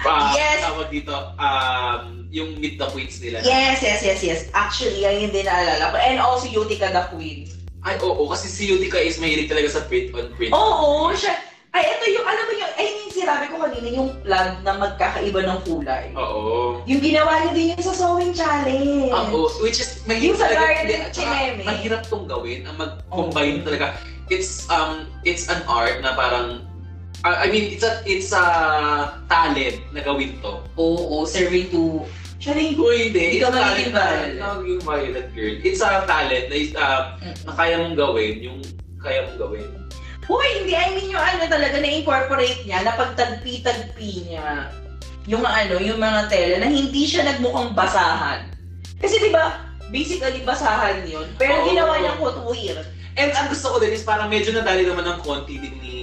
B: Pa,
A: Yes.
B: Tawag dito, um, yung Meet the Queens nila.
A: Yes, yes, yes, yes. Actually, ayun din naalala ko. And also, Utica the Queen.
B: Ay, oo, kasi si Utica is mahilig talaga sa print on print.
A: Oo, siya. Ay, ito yung, alam mo yung, ay, yung sinabi ko kanina, yung plan na magkakaiba ng kulay.
B: Oo.
A: Yung ginawa niya din yung sa sewing challenge.
B: Ah, oo. which is,
A: Yung
B: mahirap
A: sa
B: talaga.
A: garden
B: At saka,
A: chineme. Oh.
B: mahirap tong gawin, ang mag-combine talaga. It's, um, it's an art na parang, uh, I I mean, it's a, it's a talent na gawin to.
A: Oo, survey to. Challenge.
B: Uy, hindi.
A: Hindi ka
B: It's a
A: magiging
B: talent
A: violet.
B: na- Magiging violet girl. It's a talent na, is- um, na kaya mong gawin, yung kaya mong gawin.
A: Uy, hindi, I mean yung ano talaga, na-incorporate niya, napagtagpi-tagpi niya yung ano, yung mga tela na hindi siya nagmukhang basahan. Kasi di ba, basically basahan yun, pero
B: Oo.
A: ginawa niyang couture.
B: And ang gusto ko din is parang medyo nadali naman ng konti din ni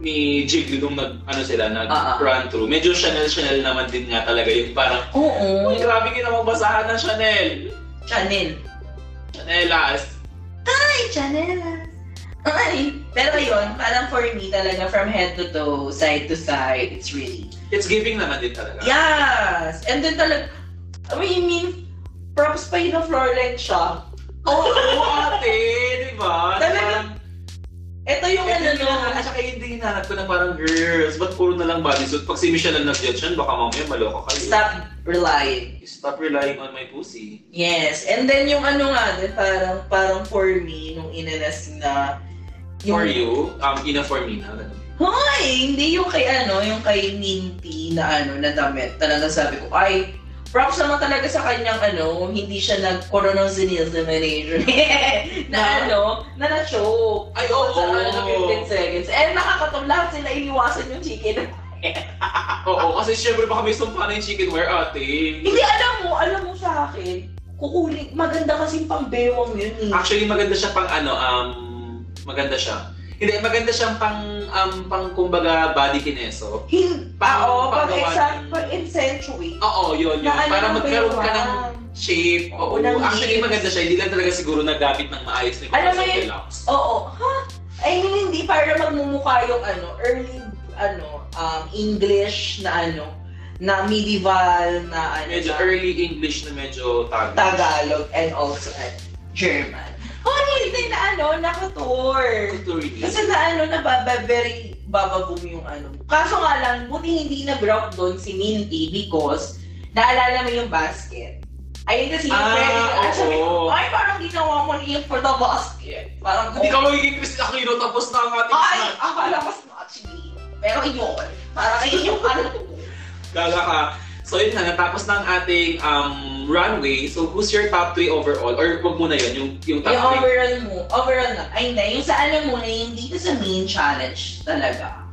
B: ni Jiggly nung nag ano sila nag
A: Ah, ah.
B: run through. Medyo Chanel Chanel naman din nga talaga yung parang
A: Oo.
B: Uy, grabe ginawang basahan ng Chanel.
A: Chanel.
B: Chanel ah, last.
A: Ay, Chanel. Ay, pero yun, parang for me talaga, from head to toe, side to side, it's really...
B: It's giving naman din talaga.
A: Yes! And then talaga, I mean, I mean, props pa yun ng Florline siya.
B: Oo, ate, di ba?
A: Talaga.
B: Parang,
A: Ito yung
B: Ito
A: ano
B: yung hinahanap, at saka yung hinahanap ko na parang, girls, ba't puro na lang bodysuit? Pag si Michelle ang nag-judge yan, baka mamaya maloko kayo.
A: Stop relying.
B: Stop relying on my pussy.
A: Yes. And then yung ano nga, din, parang, parang for me, nung inanas na...
B: For you, um, ina for me na. ganun.
A: Hoy! Hindi yung kay ano, yung kay Minty na ano, na damit. Talaga sabi ko, ay, props naman talaga sa kanyang ano, hindi siya nag-coronavirus elimination. na ano, na na-choke.
B: Ay, oo.
A: Sa ano, na 15 seconds. And nakakatom lahat sila iniwasan yung chicken.
B: Ah, Oo, kasi syempre baka may sumpa na yung chicken wire ate.
A: hindi, alam mo, alam mo sa akin, kukulit, maganda kasing pambewang yun eh.
B: Actually, maganda siya pang ano, um, maganda siya. Hindi, maganda siyang pang, um, pang kumbaga body kineso.
A: Hin-
B: Pang-
A: Oo, pag
B: panggawa
A: exact,
B: ng-
A: pag accentuate.
B: Oo, yun, yun.
A: Na ano
B: Para
A: ng
B: magkaroon ka ng
A: bewang.
B: shape.
A: Oo,
B: Oo,
A: ng
B: actually
A: lips.
B: maganda siya. Hindi lang talaga siguro nagamit ng maayos ni
A: Alam
B: Corazon
A: mo yun?
B: Deluxe.
A: Oo. Ha? I mean, hindi para magmumukha yung ano, early ano, um, English na ano, na medieval na ano,
B: Medyo
A: na
B: early English na medyo Tagalog.
A: Tagalog and also at German. Oh, hindi na ano, nakatur.
B: Culturally.
A: Kasi na ano, nababa, very bababoom yung ano. Kaso nga lang, buti hindi na broke doon si Minty because naalala mo yung basket. Ayun kasi yung
B: Ah,
A: credit. Ah, sabi ko,
B: oo.
A: Ay, parang ginawa mo yun for the basket. Parang,
B: Hindi ka magiging Chris Aquino tapos na ang ating
A: Ay, akala ko snatchy. Pero yun, para kayo yung ano.
B: Gaga ka. So yun na, natapos na ang ating um, runway. So who's your top 3 overall? Or wag muna yun, yung, yung top
A: Yung
B: 3.
A: overall mo, overall na, ay hindi, yung sa ano muna, yung dito sa main challenge talaga.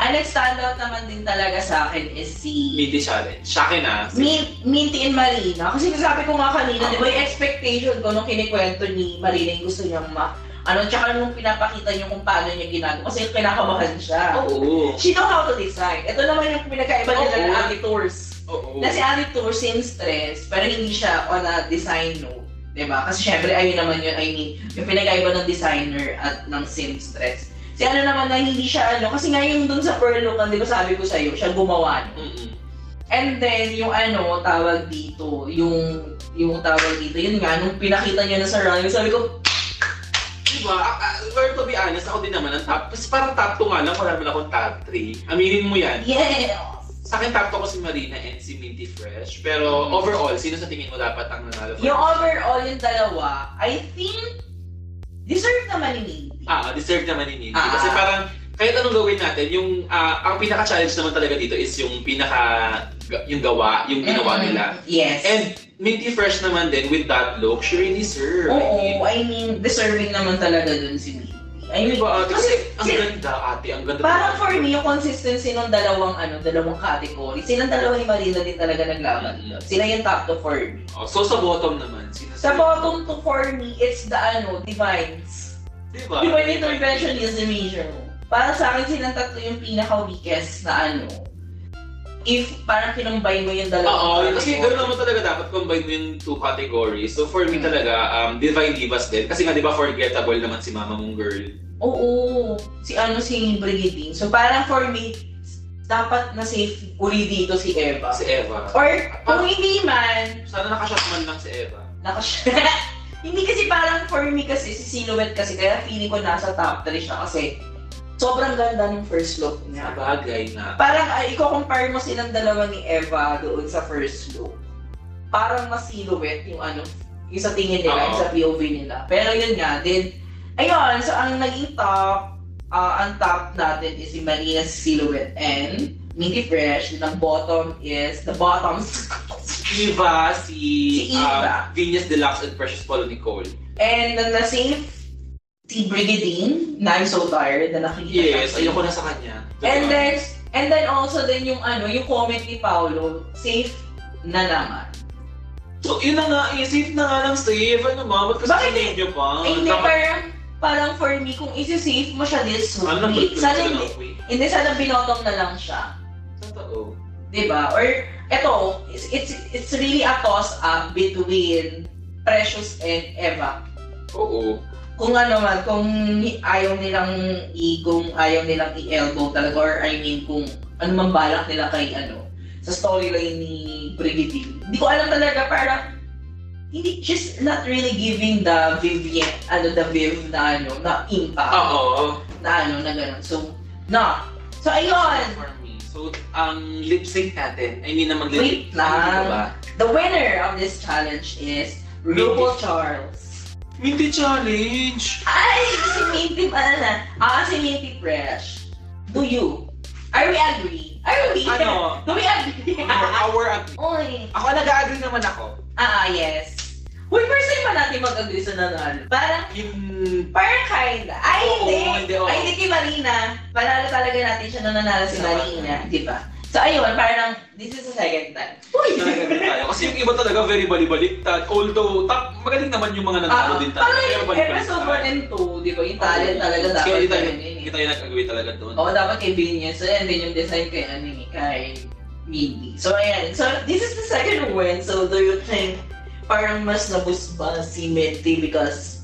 A: Ang nag-standout naman din talaga sa akin is si
B: Midi challenge. Siya akin ah. Si-
A: Min- Minty and Marina. Kasi sabi ko nga kanina, di ba yung expectation ko nung kinikwento ni Marina yung gusto niyang ma... Ano, tsaka nung pinapakita niyo kung paano niya ginagawa. Kasi kinakabahan siya.
B: Oo.
A: She know how to decide. Ito naman yung pinagkaiba nila
B: Oo.
A: ng auditors.
B: Oo.
A: Na si Ate Tour since stress, pero hindi siya on a design note. Diba? Kasi syempre, ayun naman yun, I mean, yung pinagkaiba ng designer at ng sim stress. Si ano naman na hindi siya ano, kasi nga yung dun sa Perlocan, di ba sabi ko sa'yo, siya gumawa. nun.
B: Mm-mm.
A: And then, yung ano, tawag dito, yung, yung tawag dito, yun nga, nung pinakita niya na sa runway, sabi ko,
B: Diba? Ah, ah, Well, to be honest, ako din naman ang top. Kasi parang top 2 nga lang, wala naman akong top 3. Aminin mo yan.
A: yeah!
B: Sa akin, top 2 ko si Marina and si Minty Fresh. Pero overall, sino sa tingin mo dapat ang nanalo?
A: Yung overall, yung dalawa, I think, deserve naman ni Mindy.
B: Ah, deserve naman ni Minty.
A: Ah.
B: Kasi parang, kahit anong gawin natin, yung, ah, ang pinaka-challenge naman talaga dito is yung pinaka, yung gawa, yung
A: Mm,
B: ginawa nila.
A: Yes.
B: And Minty Fresh naman din, with that look, she really served. I mean,
A: Oo, I mean, deserving naman talaga dun si Mindy. I mean,
B: Diba, ate? Kasi, ang
A: kasi-
B: ganda, ate. Ang ganda.
A: Ano Parang for me, yung consistency ng dalawang ano, dalawang category. Silang dalawa ni Marina din talaga naglaban.
B: Mhm.
A: Sila yung top to for me.
B: Oh, so, sa bottom naman. Sino
A: Sa bottom to for me, it's the ano, Divines.
B: Diba?
A: Divine Intervention is the major. Parang sa akin, silang tatlo yung pinaka-weakest na ano. If parang kinumbay mo yung dalawang
B: Oo, kasi
A: category.
B: gano'n naman talaga dapat combine mo yung two categories. So for me
A: Hmm.
B: talaga, um, Divine Divas din. Kasi nga di ba forgettable naman si mama mong girl.
A: Oo. Si ano, si Brigidine. So parang for me, dapat na safe uli dito si Eva.
B: Si Eva.
A: Or kung hindi man,
B: Sana nakashot man lang si Eva.
A: nakas hindi kasi parang for me kasi si Silhouette kasi kaya feeling ko nasa top 3 siya kasi sobrang ganda ng first look
B: Sa
A: niya.
B: bagay na.
A: Parang uh, i-compare mo silang dalawa ni Eva doon sa first look. Parang mas silhouette yung ano, yung sa tingin nila, yung sa POV nila. Pero yun nga, then, ayun, so ang naging top, ah, ang top natin is si Marina si Silhouette and Minty Fresh, then ang bottom is, the bottoms,
B: Eva, si,
A: Si Eva.
B: um, Venus Deluxe and Precious Paulo Nicole.
A: and the, the safe, si Brigidine, na I'm so tired na nakikita ko.
B: Yes, ayoko na sa kanya. Diba?
A: And then, and then also then yung ano, yung comment ni Paolo, safe na naman.
B: So yun na nga, eh, safe na nga lang safe. Ano ba? Ba't kasi
A: Bakit
B: sinave niyo pa?
A: Ay, hindi,
B: Oh, Dapat-
A: parang, parang for me, kung isi-save mo siya this week,
B: Ano ba?
A: sana
B: Sana
A: hindi, hindi, sana binotom na lang siya.
B: Totoo.
A: Diba? Or, eto, it's, it's, it's really a toss-up between Precious and Eva.
B: Oh. Oo.
A: Kung ano man, kung ayaw nilang i, kung ayaw nilang i-elbow talaga, or I mean, kung ano man balak nila kay ano, sa storyline ni Brigidine. Hindi ko alam talaga, parang, hindi, she's not really giving the Viv yet, ano, the Viv na ano, na impact.
B: Oo.
A: na ano, na gano'n. So, na. So, ayun!
B: For me. So, ang lip sync natin, I mean na mag-lip
A: Wait lang. The winner of this challenge is Rubo Charles.
B: Minty Challenge!
A: Ay! Si Minty, ano na? Ah, si Minty Fresh. Do you? Are we agree? Are we?
B: Ano?
A: Do we agree?
B: Our agree.
A: Oy.
B: Ako nag-agree naman ako.
A: Ah, yes. Uy, first time ba natin mag-agree sa nanalo? Parang,
B: Yung...
A: parang kinda. Ay,
B: Oo,
A: hindi.
B: hindi, oo.
A: Ay, hindi kay Marina. Panalo talaga natin siya na nanalo si
B: Sa-
A: Marina. Di ba? So, ayun, parang, this is the second time. Uy!
B: Nag-agree tayo. Kasi yung iba talaga very balibaliktad. Although, top, magaling naman yung mga nanalo din
A: Ah,
B: talaga.
A: Parang
B: Pero
A: yung episode
B: balibaliktad.
A: 1 and 2, di ba? Yung talent
B: Oo.
A: talaga eh. dapat.
B: Kaya
A: Kaya
B: hindi tayo, hindi tayo nag-agree talaga doon.
A: Oo, dapat kay Venus. So, and then yung design kay, ano, eh, kay Mindy. So, ayan. So, this is the second win. So, do you think parang mas nabus ba si Mindy because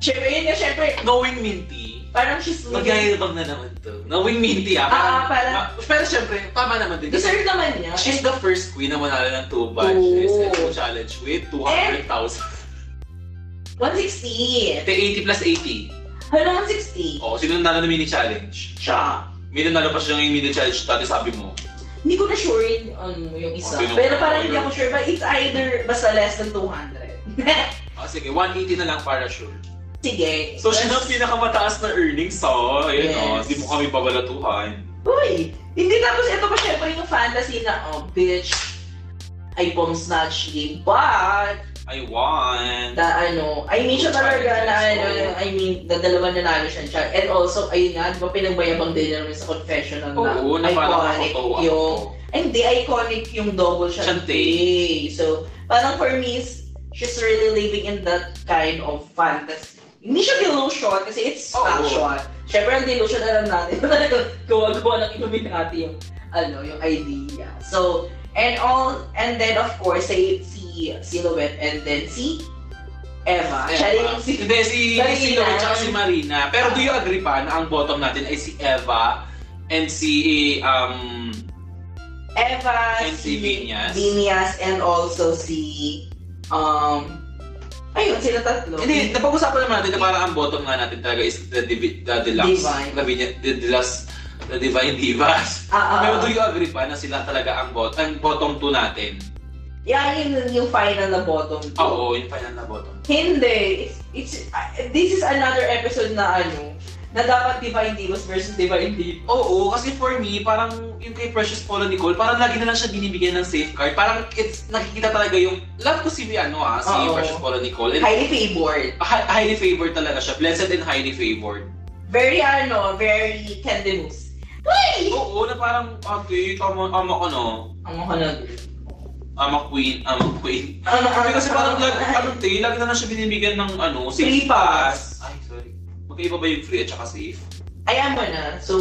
A: Siyempre, yun nga, siyempre,
B: Knowing Minty,
A: parang she's looking...
B: Magayabang na naman to. Knowing Minty ah.
A: Ah, parang-
B: ah, pero syempre, tama naman din. Kasi
A: Deserve naman niya.
B: she's the first queen na manalo ng two badges
A: Oo.
B: and two challenge with 200,000.
A: 160.
B: Ate, 80 plus 80.
A: Hala, 160.
B: Oo, sino nanalo ng mini challenge?
A: Siya.
B: May nanalo pa siya ng mini challenge dati sabi mo.
A: Hindi ko na sure yung, ano, yung isa.
B: Oh, sino-
A: Pero parang hindi ako sure. But it's either basta less than 200.
B: Ah, sige, 180 na lang para sure.
A: Sige.
B: So, siya na ang
A: Let's-
B: pinakamataas na earnings, so, ayun
A: Yes.
B: o, hindi mo kami babalatuhan.
A: Uy! Hindi tapos ito pa syempre yung fantasy na, oh, bitch, I bomb snatch game. But,
B: I won.
A: the ano, I mean siya talaga na ano, I mean, the dalawa nanalo siya siya. And also, ayun nga, di ba pinagbayabang din namin sa confessional na
B: Oo, na parang ako
A: iconic
B: to. ah.
A: yung, ay, hindi, iconic yung double shot.
B: Shante.
A: day. So, parang for me, is, she's really living in that kind of fantasy. Hindi siya delusion kasi it's
B: Oo.
A: factual. Siyempre, ang delusion alam natin. Gawa-gawa ng Illuminati yung, ano, yung idea. So, and all, and then of course, si, si Silhouette and then si Eva. Siya rin yung si,
B: ah. Hindi, si
A: Marina.
B: si Lloyd tsaka si Marina. Pero do you agree pa na ang bottom natin ay si Eva and si um
A: Eva,
B: And si Vinyas.
A: Vinyas, and also si, um, ayun, sila tatlo.
B: Hindi, napag-usapan naman natin na parang ang bottom nga natin talaga is the, divi- the deluxe.
A: Divine.
B: The, Vinya- the deluxe. The divine divas.
A: Ah, ah,
B: Pero
A: ah.
B: do you agree pa na sila talaga ang, bot ang bottom 2 natin?
A: Yeah, yun yung final na bottom two.
B: Oo, yung final na bottom.
A: Hindi. It's, it's, uh, this is another episode na ano, na dapat Divine Divas versus Divine Divas.
B: Oo, kasi for me, parang yung kay Precious Paula Nicole, parang lagi na lang siya binibigyan ng safeguard. Parang it's, nakikita talaga yung, love ko si, ano ah, si
A: Oo.
B: Precious Paula Nicole. And
A: Highly favored.
B: hi- highly favored talaga siya. Blessed and highly favored.
A: Very ano, very tendinous. Uy!
B: Oo, na parang, ate, tama, ama ko no.
A: Ang mga na.
B: Ama queen, ama queen.
A: Ano,
B: Kasi kasi parang, lag, ano te, lagi na lang siya binibigyan ng, ano,
A: Free
B: safe
A: pass.
B: pass. Ay, sorry. Magkaiba ba yung free at saka safe?
A: Ayan mo na. So,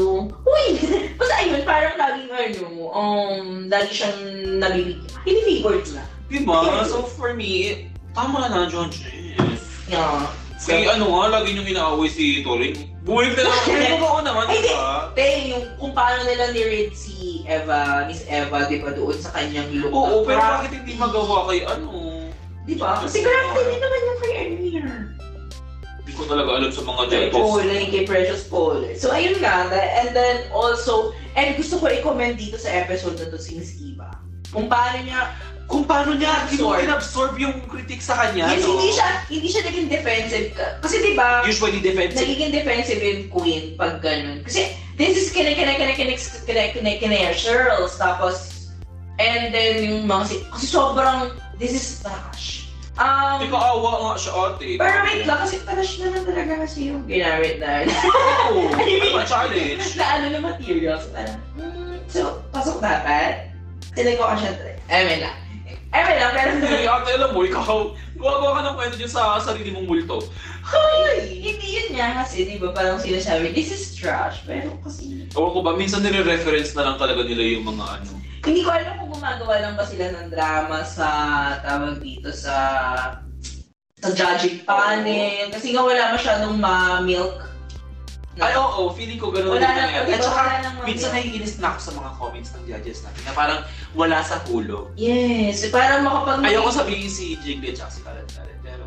A: uy! Basta ayun, parang laging ano, um, lagi siyang nabibig. Highly favored na.
B: Diba? So for me, tama na, John Jess.
A: Yeah. So,
B: Si ano nga, lagi niyong inaaway si Torin. Buhay na lang. Hindi ko ako naman, diba?
A: Ay,
B: di
A: di.
B: ba?
A: Te, yung kung paano nila ni-read si Eva, Miss Eva, di ba, doon sa kanyang look. na
B: Oo, pero
A: crafty.
B: bakit hindi magawa kay ano?
A: Di ba? Diba? Kasi crafty din naman yung kay Amir.
B: Hindi ko talaga alam sa mga
A: Kay Paul,
B: judges.
A: like kay Precious Paul. So, ayun nga. the- And then, also, and gusto ko i-comment dito sa episode na to si Miss Eva. Kung paano niya,
B: Kung paano niya hindi mo
A: Absorb.
B: inabsorb yung critique sa kanya,
A: yes,
B: no?
A: hindi siya, hindi siya naging defensive. ka- Kasi di ba,
B: Usually defensive.
A: nagiging defensive yung Queen pag ganun. Kasi, this is kine kine kine kine kine kine kine Sheryl's, tapos, and then yung mga si, kasi sobrang, this is trash. Um,
B: Hindi ka awa nga siya ate.
A: pero wait lang, kasi trash na lang talaga kasi yung ginamit na.
B: Oo, ano ba challenge?
A: na ano na materials. Parang, mm, so, pasok dapat. Tinay ko ka siya. Eme na. Eme na, pero
B: Hindi, ate, alam mo, ikaw, gumagawa ka ng kwento dyan sa sarili mong multo.
A: hindi yun nga kasi, di ba? Parang sinasabi, this is trash. Pero kasi,
B: Ewan ko ba, minsan nire-reference na lang talaga nila yung mga ano.
A: hindi ko alam kung gumagawa lang ba sila ng drama sa, tawag dito, sa sa judging panel. Kasi nga wala masyadong ma-milk. na-
B: Ay, oo, feeling ko ganun
A: wala
B: din
A: na, di
B: nangyari. At
A: ba?
B: saka,
A: Wala nang ma-milk.
B: Minsan naiinis na ako sa mga comments ng judges natin na parang wala sa hulo.
A: Yes, parang makapag-
B: Ayoko sabihin si Jiggly at saka si Kalat Kalat, pero...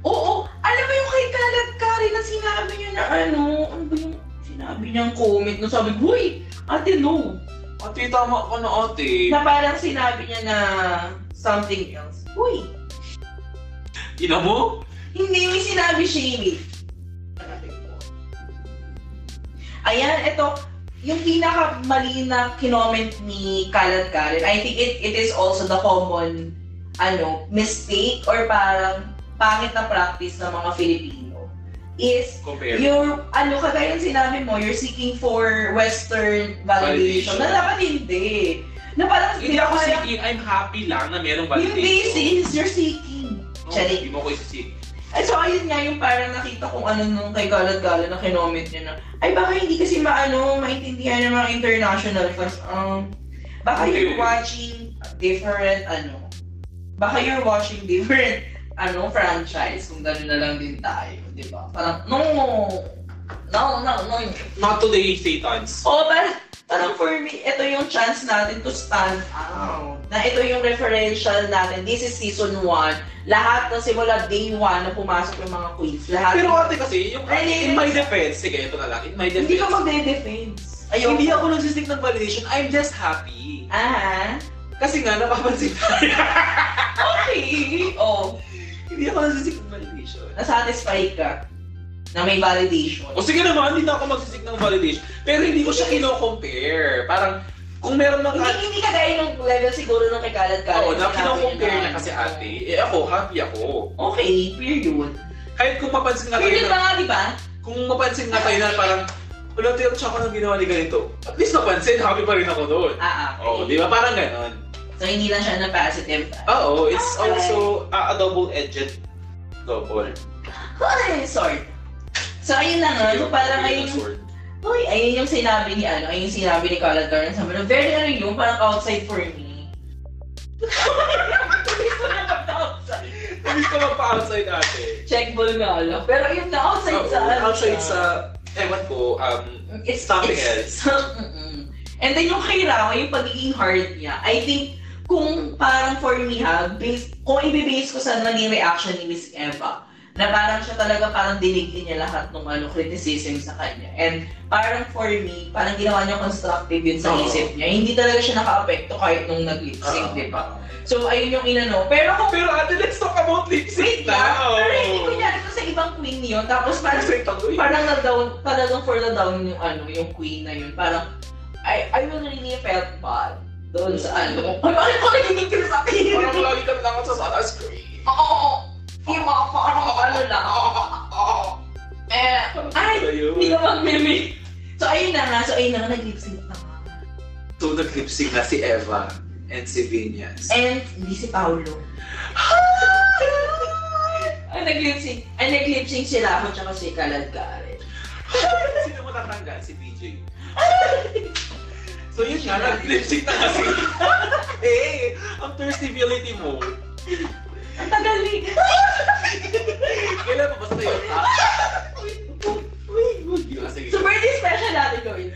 A: Oo, alam mo yung kay Kalat Kari na sinabi niya na ano, ano ba yung sinabi niyang comment no sabi, Huy, ate no.
B: Ate, tama ka na oh, ate.
A: Na parang sinabi niya na something else. Huy,
B: Ina mo?
A: hindi may sinabi Shamey. Ayan, ito, yung pinaka mali na kinoment ni Kalat Karen, I think it, it is also the common ano, mistake or parang pangit na practice ng mga Filipino is
B: Compare.
A: You're, ano, kagaya yung sinabi mo, you're seeking for Western validation.
B: Validation.
A: Na dapat hindi. Na parang,
B: Hindi ako seeking, I'm happy lang na merong
A: Yung
B: validation.
A: basis, you're seeking.
B: No,
A: Charing.
B: Hindi mo ko isisik.
A: At so, ayun nga yung parang nakita kong ano nung kay Galad Galad na kinoment niya na, ay baka hindi kasi maano, maintindihan ng mga international fans. Um, baka
B: Okay.
A: you're watching different, ano, baka you're watching different, ano, franchise, kung gano'n na lang din tayo, di ba? Parang, no, no, no, no,
B: Not today, Satans.
A: Oo, parang, parang for me, ito yung chance natin to stand
B: Oh.
A: out. Na ito yung referential natin. This is season 1. Lahat na simula day 1 na pumasok yung mga queens. Lahat.
B: Pero ate kasi, yung
A: Ay,
B: in my defense, sige, ito na lang, in my defense.
A: hindi ka magde-defense. Ayoko.
B: Hindi ako nagsisik ng validation, I'm just happy.
A: Ah,
B: Kasi nga, napapansin
A: okay. Oh,
B: Hindi ako nagsisik ng validation.
A: nasatisfied ka na may validation.
B: O sige naman, hindi na ako magsisik ng validation. Pero hindi ko siya kino-compare. Parang, kung meron ng
A: Hindi, hindi ka gaya nung level siguro nung kagalat-galat.
B: Oo, na kino-compare na kasi ate, eh ako, happy ako.
A: Okay, period.
B: Kahit kung mapansin nga
A: Period na
B: tayo na,
A: nga, di ba?
B: kung mapansin nga tayo na parang, wala tayo siya ako nang ginawa ni ganito. At least napansin, happy pa rin ako doon.
A: Ah,
B: Oo,
A: okay.
B: di ba? Parang ganon.
A: So, hindi lang siya na positive.
B: Oo, it's
A: Okay.
B: also a, a double-edged double.
A: Ay, sword. So, ayun na nga. So, parang ayun yung,
B: sword.
A: uy, ayun yung sinabi ni, ano, ayun yung sinabi ni Colin Garden. Sabi na, very ano yung, parang outside for me.
B: Hindi ko magpa-outside ate.
A: Check ball nga, ala. Pero yun na, outside
B: Oo,
A: sa, ano,
B: outside sa, ewan ko, um,
A: It's,
B: Topic
A: it's,
B: else.
A: Mm-mm. And then yung kay Rao, yung pagiging hard niya, I think kung parang for me ha, base, kung ibibase ko sa naging reaction ni Miss Eva, na parang siya talaga parang dinigin niya lahat ng ano, criticism sa kanya. And parang for me, parang ginawa niya constructive yun sa
B: Oo.
A: isip niya. Hindi talaga siya naka-apekto kahit nung nag-lip sync, di ba?
B: um,
A: So ayun yung inano. Pero kung
B: Pero ate, let's talk about lip
A: Wait
B: sync
A: lang,
B: now. Ano
A: pero hindi ko niya sa ibang queen yun. Tapos parang,
B: Wait, tuloy.
A: parang na-down, talagang for the down yung ano, yung queen na yun. Parang, I, I will really felt bad doon sa ano. Ay, bakit ko nagiging kilos sa akin?
B: Parang
A: Oo,
B: lagi ka lang sa sunscreen.
A: oo, oo. Yung mga parang ano lang. Eh,
B: Ano
A: ay, hindi ka mag-meme. So ayun na nga, so ayun na nga, nag-lip sync na nga.
B: So, nag-lip sync na si Eva and si Vinyas.
A: And hindi si Paolo. Ay, nag-lip sync. Ay, nag-lip sync sila ako tsaka si Kalad Karen.
B: Sino mo natanggal? Si BJ. so yun nga, nag-lip sync na kasi. eh, ang thirsty ability mo.
A: Ang tagal ni...
B: Kailan pa basta yun? Ah, uy, good yun. Ah, sige.
A: So, birthday special natin gawin.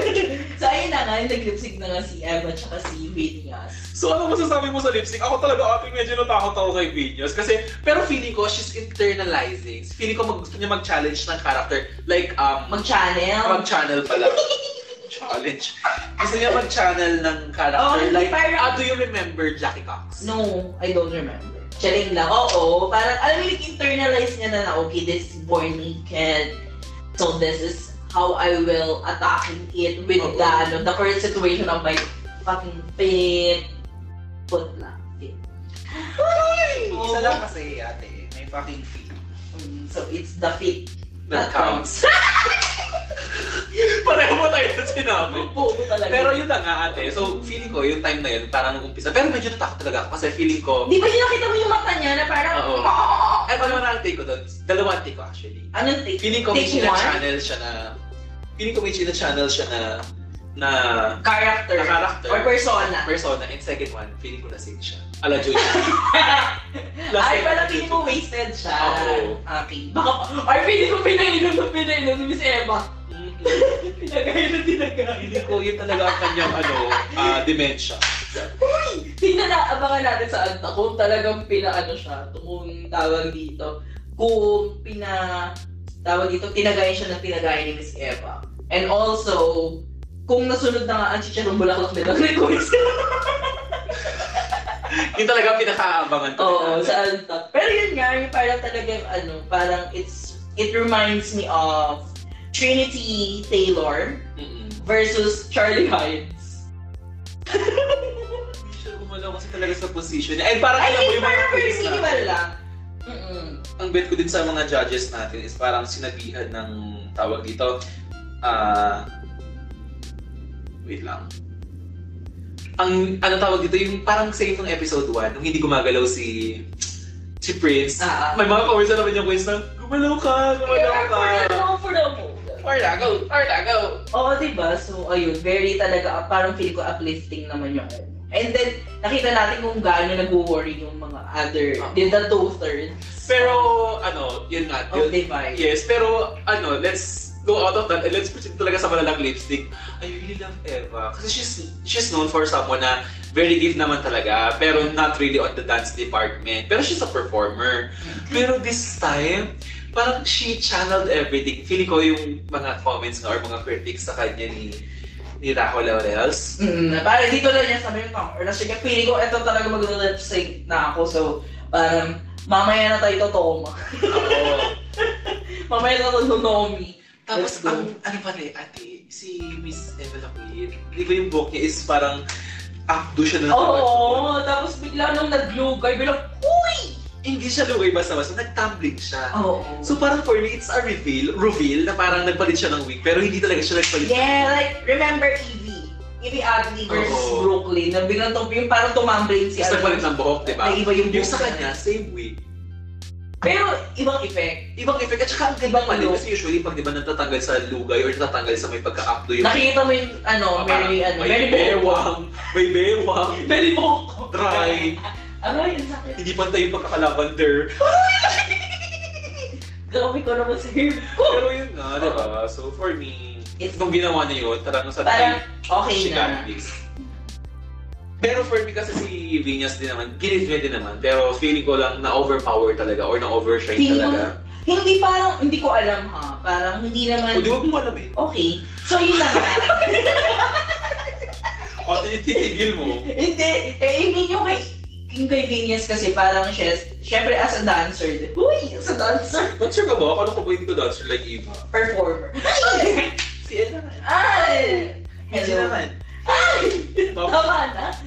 A: so, ayun na nga, nag-lipsig na nga si Eva tsaka si Vinyas.
B: So ano masasabi mo sa lip sync? Ako talaga ate medyo natakot ako kay Vinyas kasi pero feeling ko she's internalizing. Feeling ko mag, gusto niya mag-challenge ng character. Like um
A: Mag-channel.
B: mag-channel pala. challenge. Gusto niya mag-channel
A: Oh,
B: ng character.
A: hindi,
B: like,
A: parang-
B: ah, do you remember Jackie Cox?
A: No, I don't remember. Charing lang. Oo, parang alam mo, like, internalize niya na na, okay, this is born naked. So, this is how I will attacking it with
B: Oo.
A: the, ano, the current situation of my fucking feet. Foot lang. Feet. Oo.
B: Isa lang kasi ate, may fucking feet.
A: Mm, So, it's the feet
B: That counts. Pareho mo tayo sa sinabi.
A: Oo, talaga.
B: Pero yun na nga ate, so feeling ko yung time na yun, parang nung umpisa. Pero medyo natakot talaga ako kasi feeling ko,
A: Di ba yung nakita mo yung mata niya na parang,
B: Oo.
A: "Ah!"
B: Ay, paano na take ko doon? Dalawang take ko actually.
A: Anong take?
B: Feeling ko may
A: Take one?
B: channel siya na... Feeling ko may channel siya na... Na...
A: Character.
B: Na character.
A: Or persona.
B: Persona. And second one, feeling ko na-save siya. Ala Jojo. Last
A: Ay,
B: time,
A: pala
B: Ala
A: feeling
B: Jojo.
A: ko wasted siya.
B: Oo.
A: Okay. Baka, ay, feeling ko pinainom na pinainom ni Miss Emma.
B: Mm-mm.
A: Tinagay na tinagay.
B: Feeling ko Mm, yun talaga ang kanyang ano, ah, dementia.
A: Tingnan na, abangan natin sa Anta kung talagang pinaano siya, kung tawag dito, kung pina, tawag dito, tinagay siya ng tinagay ni Miss Eva. And also, kung nasunod na nga ang chicharong bulaklak nila, request
B: Yun talaga ang pinakaabangan ko.
A: Oo, sa Alta. Pero yun nga, yung parang talagang ano, parang it's, it reminds me of Trinity Taylor
B: Mm-mm.
A: versus Charlie Hides.
B: Hindi siya gumalaw kasi talaga sa position niya. And parang
A: I
B: alam mo
A: think
B: yung mga
A: parang very
B: quiz na.
A: minimal lang. Mm-mm.
B: Ang bet ko din sa mga judges natin is parang sinabihan ng tawag dito. Ah... wait lang. Ang ano tawag dito, yung parang same ng episode 1, nung hindi gumagalaw si si Prince.
A: Ah, ah.
B: May mga comments na naman yung quiz na, gumalaw ka, gumalaw ka.
A: Parang for the moment.
B: Parla, go, parla, go.
A: Oo, diba? So, ayun, very talaga, ah, parang feel ko uplifting naman yung ano. And then, nakita natin kung gaano nag-worry yung mga other,
B: Oo.
A: did the two-thirds
B: Pero ano, yun nga,
A: of
B: yun-
A: the vibe.
B: Yes, pero ano, let's go out of that and let's proceed talaga sa malalang lipstick. I really love Eva. Kasi she's she's known for someone na very gift naman talaga, pero not really on the dance department. Pero she's a performer. Pero this time, parang she channeled everything. Feeling ko yung mga comments nga or mga critics sa kanya ni ni Raho Laurels.
A: Mm, parang dito lang niya sabi ko, or na sige, feeling ko ito talaga mag-lip sync na ako. So, parang mamaya na tayo totoo.
B: Ako,
A: mamaya na tayo Nomi.
B: Tapos,
A: Let's go.
B: ang, ano pala eh, ate, si Miss Evelyn Queen, di ba yung book niya is parang updo siya na
A: Oo,
B: nakapag-
A: tapos bigla nung naglugay, bilang, Uy!
B: Hindi siya lugay basta-basta, nag-tumbling siya.
A: Oo.
B: So parang for me, it's a reveal, reveal na parang nagpalit siya ng wig, pero hindi talaga siya nagpalit.
A: yeah, like, remember Evie? Evie Adley versus
B: Oo.
A: Brooklyn. Na biglang tum- yung parang tumambling si
B: Tapos nagpalit
A: Adley.
B: ng buhok, di ba?
A: Na iba yung
B: Yung sa
A: buhok niya.
B: kanya, same wig.
A: Pero, ibang effect.
B: Ibang effect, at saka ang ganda
A: Ibang
B: pa rin,
A: look.
B: kasi usually pag di ba natatanggal sa lugay or natatanggal sa may pagka-updo yung...
A: Nakikita mo yung, ano,
B: Diba? Parang
A: very, ano,
B: may
A: very
B: bewang, may bewang,
A: Very mo.
B: dry,
A: Ano yun sakit?
B: hindi pantay yung pagkakalavander.
A: Grabe ko naman sa hair.
B: Pero yun nga, di ba? diba? So for me,
A: It,
B: Nung ginawa niya yun, talagang sa
A: parang
B: she
A: okay na.
B: got this. Pero for me kasi si Vinyas din naman, ginit niya din naman. Pero feeling ko lang na-overpower talaga or na-overshine
A: Feeling ko-
B: talaga.
A: Hindi parang, hindi ko alam ha. Parang hindi
B: O di
A: naman,
B: ba mo alam eh?
A: okay. So yun lang.
B: eh. O tinitigil mo.
A: Hindi, eh, I mean, yung kay, yung kay Vinyas kasi parang siya, syempre as a dancer, di- uy, as a dancer,
B: Dancer ka ba? Akala ko ba hindi ko dancer like Eva?
A: performer.
B: Si Ed naman.
A: Ay! Hello. Ay!
B: Bab-
A: Tama na.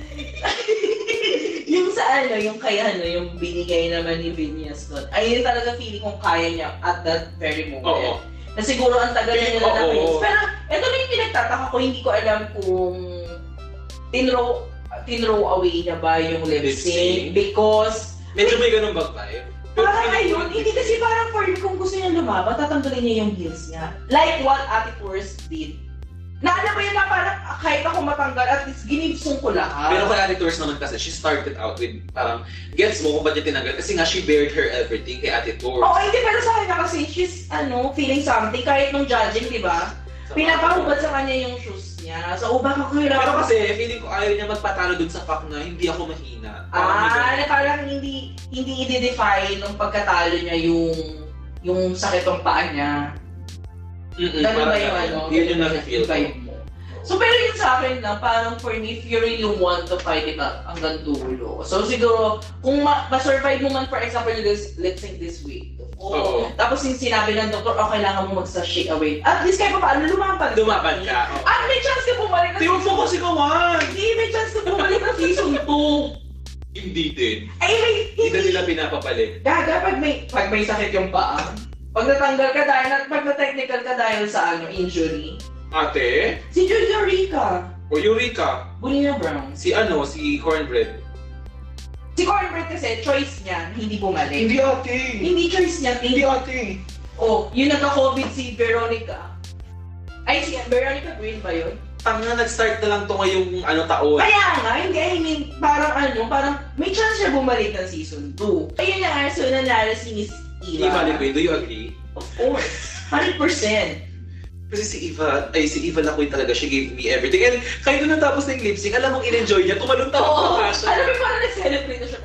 A: yung sa ano, yung kay ano, yung binigay naman ni Vinyas doon. Ayun talaga feeling kong kaya niya at that very moment.
B: Oo.
A: Na siguro ang tagal na nila
B: Oo.
A: na-practice. Pero ito na yung pinagtataka ko, hindi ko alam kung tinrow, tinrow away na ba yung lip
B: Lip sync?
A: sync because
B: Medyo may ganun bag tayo.
A: parang ayun, hindi kasi parang for kung gusto niya lumaban, tatanggalin niya yung heels niya. Like what Ate Force did. Na alam mo yun na parang ah, kahit ako matanggal, at least ginibsong ko lahat.
B: Pero kay Ate Torres naman kasi, she started out with parang, gets mo kung ba't niya tinanggal? Kasi nga, she bared her everything kay Ate Torres.
A: Oo, hindi pero sa kanya kasi she's ano, feeling something kahit nung judging, 'di ba?
B: Sa-
A: Pinapahubad sa kanya yung shoes niya. So, oh, baka ko
B: Pero kasi, feeling ko ayaw niya magpatalo dun sa fact na hindi ako mahina. Parang may
A: ah,
B: ganun.
A: na parang hindi hindi i-define nung pagkatalo niya yung yung sakit ng paa niya.
B: Mm-mm,
A: Ganun
B: parang
A: ba yung ano?
B: ganun. Yun yung na-feel ko.
A: vibe mo. So, pero yun sa akin lang, parang for me, if you really want to fight it out hanggang dulo. So, siguro, kung ma- ma-survive mo man, for example, this, let's say this week. Oo.
B: Oo.
A: Tapos yung sinabi ng doktor, oh, kailangan mo mag-sashake away. At least kahit pa paano, lumaban.
B: Lumaban ka.
A: At may chance ka bumalik na
B: Di mo focus ikaw, man!
A: Hindi, may chance ka bumalik na season 2.
B: Hindi din.
A: Ay, may,
B: Hindi na
A: hindi.
B: nila pinapabalik.
A: Gaga, pag may, pag may sakit yung paa, pag natanggal ka dahil, pag na-technical ka dahil sa ano, injury,
B: Ate,
A: si Julio Rica,
B: o Eureka,
A: Bulina Browns.
B: si ano, si Cornbread.
A: Si Cornbread kasi, choice niya, hindi bumalik.
B: ate!
A: Hindi choice niya, hindi.
B: ate!
A: Oh, yun nagka-COVID si Veronica. Ay, si Veronica Green ba yun?
B: Tanga, nag-start na lang to ngayong ano taon.
A: Kaya nga, hindi, I mean, parang ano, parang may chance siya bumalik ng season 2. Ayun na nga, so nanalo si Miss
B: Hindi
A: Eva.
B: balik do you agree?
A: Of course, 100%.
B: Kasi si Eva, ay si Eva Lacoy talaga, she gave me everything. And kahit nung natapos na yung lip sync, alam mong in-enjoy niya, kumalong tawa
A: Oo,
B: pa nga siya.
A: alam mo, parang nag-celebrate na siya.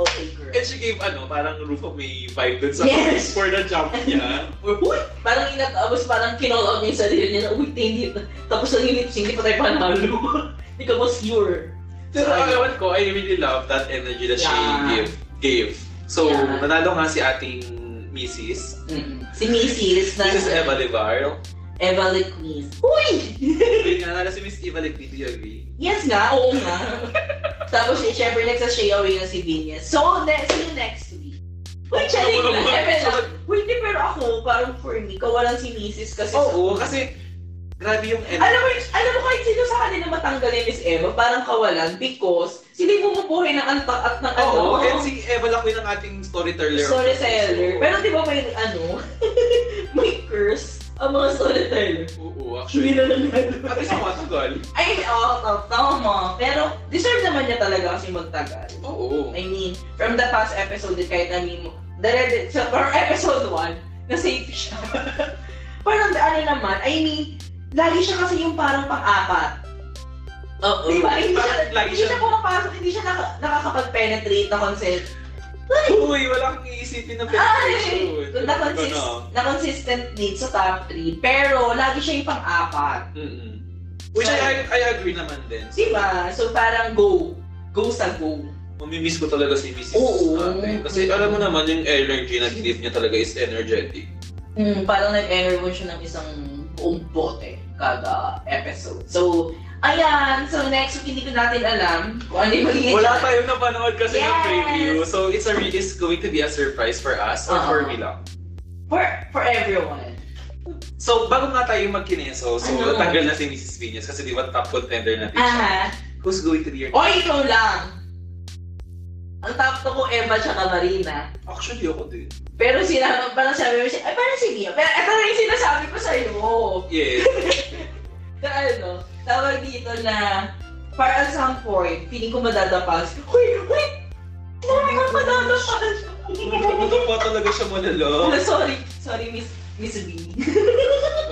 A: Okay, girl.
B: And she gave ano, parang roof of may vibe dun sa
A: Yes.
B: for the jump niya.
A: Uy, parang inatapos, parang kinall out niya yung sarili niya na, uy, hindi, tapos lang yung lip sync, hindi pa tayo panalo. Hindi ka ba sure?
B: Pero
A: Ay.
B: ang ewan ko, I really love that energy that she
A: Yeah.
B: gave. gave. So,
A: Yeah.
B: nanalo nga si ating Mrs.
A: Si Mrs. na
B: Mrs. Eva Levar.
A: Eva Liquiz. Uy!
B: Ayun nga, nanalo si Miss Eva Levar, do you agree?
A: Yes nga, oo nga. Tapos si syempre next sa Shea away na si Vinyas. So, ne- see you next week. Uy, challenge na. Ewan lang. Uy, hindi, pero ako, parang for me, kawalan si Mrs. kasi sa-
B: Oo, kasi grabe yung energy.
A: alam mo, alam mo kahit sino sa kanila matanggal ni Miss Eva, parang kawalan because sila yung bumubuhay ng antak at ng ano.
B: Oo, and si Eva Lacoy ng ating storyteller.
A: storyteller. Pero di ba may ano, may curse ang mga storyteller.
B: Oo,
A: Hindi
B: actually.
A: na nanalo.
B: At least matagal.
A: Ay, oo, oh, tama. Pero, deserve naman niya talaga kasi magtagal.
B: Oo.
A: I mean, from the past episode, kahit na mimo, dere, sa from episode 1, na-safe siya. parang ano naman, I mean, lagi siya kasi yung parang pang-apat.
B: Oo.
A: Di ba? Hindi siya,
B: Lagi
A: hindi
B: siya.
A: siya pumapasok, hindi siya naka, nakakapag-penetrate na consent.
B: Uy, wala kang iisipin ng penetration.
A: Na, consist, na consistent need sa top 3. Pero, lagi siya yung pang-apat.
B: mm Which I, I, I agree naman din.
A: Di ba? So, parang go. Go sa go.
B: Mamimiss ko talaga si Mrs.
A: Oo.
B: Ate. Kasi alam mo naman yung energy na give niya talaga is energetic.
A: Mm, parang nag-airway siya ng isang buong bote kada episode. So, ayan. So, next week, hindi ko natin alam kung ano yung magiging...
B: Wala tayong napanood kasi ng
A: Yes!
B: preview. So it's a re- it's going to be a surprise for us or
A: Oo.
B: for me lang.
A: For, for everyone.
B: So bago nga tayo magkineso, so
A: Ano? Ah.
B: natanggal na si Mrs. Vinyas kasi di ba top contender natin siya.
A: Aha.
B: Who's going to be your...
A: O, ikaw lang. Ang top to ko, Emma tsaka Marina.
B: Actually, ako din.
A: Pero sila, parang sabi mo siya, ay, parang si Mia. Pero ito na yung sinasabi ko sa'yo.
B: Yes.
A: Na ano, tawag dito na, para at some point, feeling ko madadapas. Uy, uy! Tawag ko madadapas!
B: Ano pa talaga
A: Oh,
B: siya malala?
A: sorry, sorry, Miss Miss B.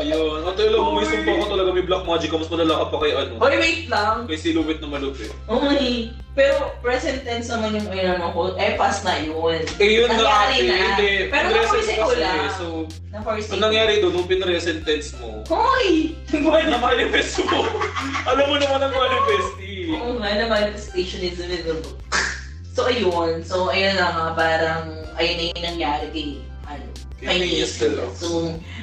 B: Ayun. At alam mo, may
A: Sorry.
C: ko ako talaga may black magic ka, mas malala ka pa kay ano.
A: Hoy, wait lang.
C: May silhouette na malupit.
A: Uy, pero present tense naman yung inano ko. Eh, past na yun.
C: Eh yun na ate,
A: Nangyari na.
C: hindi.
A: Pero
C: Present
A: napaisip ko
C: kasi
A: lang.
C: eh, So,
A: Na first
C: ang
A: date.
C: nangyari doon, nung pinresent tense mo,
A: Hoy!
C: na-manifest mo. Alam mo naman ang manifest eh.
A: Oo nga, na manifestation is in the book. So, ayun. So, ayun na nga. Parang, ayun na yung nangyari kay, ano, kay
C: Kay Miss
A: Nathan.
C: Delo.
A: So,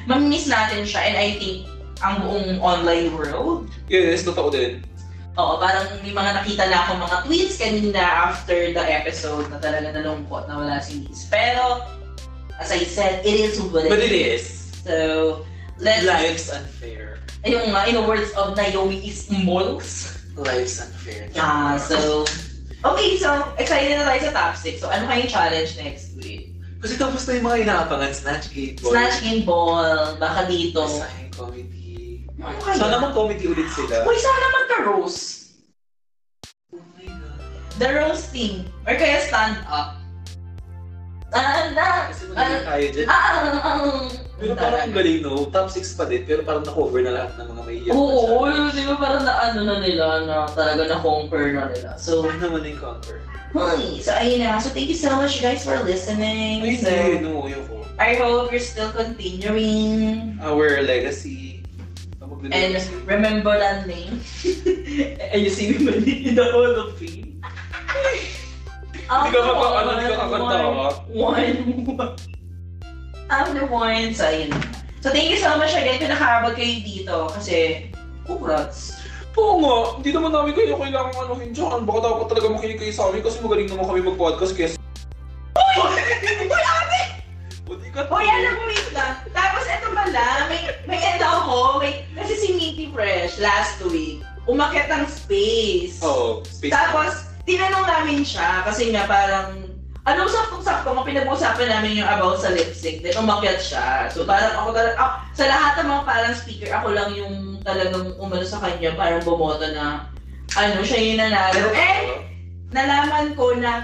A: mamimiss natin siya. And I think, ang buong online world,
C: Yes, totoo din.
A: oo, parang may mga nakita na ako mga tweets kanina after the episode na talaga nalungkot na wala si Miss. Pero, as I said, it is what
B: But
A: it
B: it
A: is.
B: is.
A: So, let's,
B: Life's unfair.
A: ayun nga, in the words of Naomi is moles.
B: Life's unfair.
A: Ah, so... Okay, so excited na tayo sa top 6. So ano kayong challenge next week?
B: Kasi tapos na yung mga inaabangan, Snatch Game Boy.
A: Snatch game ball, baka dito.
B: Masahing comedy.
A: Ano kaya?
B: Sana mag-comedy ulit sila.
A: Uy, sana magka-rose.
B: Oh my God.
A: The rose team. Or kaya stand up. Ah, na!
B: Kasi magaling tayo dyan.
A: Ah, ah, ah, ah.
B: Pero parang ang galing, no? Top 6 pa din, pero parang na-cover na lahat ng mga may iyak
A: Oo,
B: na siya.
A: di ba parang na ano na nila, na talaga na-conquer na nila. So,
B: Ano naman yung conquer?
A: Hoy, so ayun na. So thank you so much guys for listening.
B: Ay,
A: So,
B: hindi, no, yung ko.
A: I hope you're still continuing.
B: Our legacy.
A: And remember that name. and you see me in the Hall of Fame. Oh,
C: Hindi ka kaka, ano, hindi ka kakanta
B: oh.
C: ka.
A: One, one. I'm the one. So, ayun. So, thank you so much again kung nakaabag kayo dito. Kasi, congrats.
C: Oo nga, hindi naman namin kayo kailangan anuhin dyan. Baka dapat talaga makinig kayo sa amin kasi magaling naman kami mag-podcast kaya sa... Uy! Uy, ate! Buti ka
A: Hoy, alam mo, wait lang. Tapos, eto pala, may, may end ako. May, kasi si Minty Fresh, last week, umakit ang space.
C: Oo,
B: Oh.
C: space
A: Tapos, tinanong namin siya kasi nga parang, anong saktong-sakto mo pinag-uusapan namin yung about sa lip sync. Then umakyat siya. So parang ako talaga, ah, sa lahat ng mga parang speaker, ako lang yung talagang umano sa kanya, parang bumoto na ano, siya yung nanalo. And nalaman ko na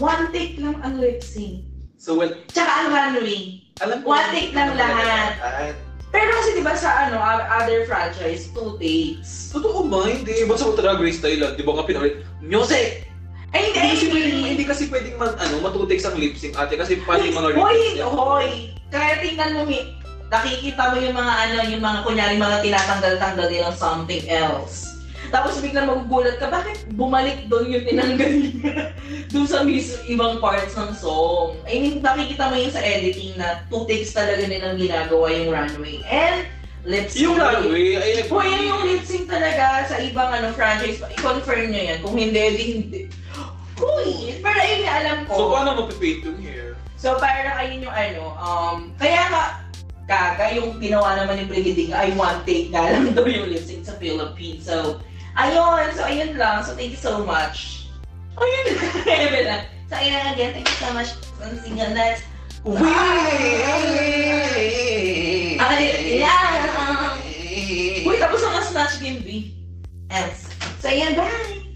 A: one take lang ang lip sync.
B: So, well,
A: Tsaka ang runway.
B: alam ko.
A: One take lang lahat.
C: Ah,
A: Pero kasi diba sa ano, other franchise, two takes.
C: Totoo ba? Hindi. Ba't sa Drag Race Thailand, ah? di ba nga pinalit? Music!
A: Ay,
C: Hindi kasi
A: hindi.
C: pwedeng, hindi kasi pwedeng mag, ano, matutik sa lip sync ate kasi paano yung mga
A: Hoy,
C: niya?
A: hoy. Kaya tingnan mo, mi- nakikita mo yung mga ano, yung mga kunyari mga tinatanggal-tanggal nilang something else. Tapos biglang magugulat ka, bakit bumalik doon yung tinanggal niya? doon sa mis- ibang parts ng song. I mean, nakikita mo yung sa editing na two takes talaga nilang ginagawa yung runway. And lips.
C: Yung runway, ay nag-
A: Hoy, yun yung lip sync talaga sa ibang ano, franchise. I-confirm nyo yan. Kung hindi, di hindi. Hoy! Pero ayun nga, alam ko.
C: So paano mapipate yung hair?
A: So parang ayun yung ano, um, kaya ka, kaga yung ginawa naman ni Brigiding ay one take na lang daw yung lip sync sa Philippines. So, ayun, so ayun lang. So thank you so much. Ayun ayun lang. So ayun lang again, thank you so much. Ang single next. Ay, yeah. Uy, tapos ang snatch game, B. Else. So ayun, bye!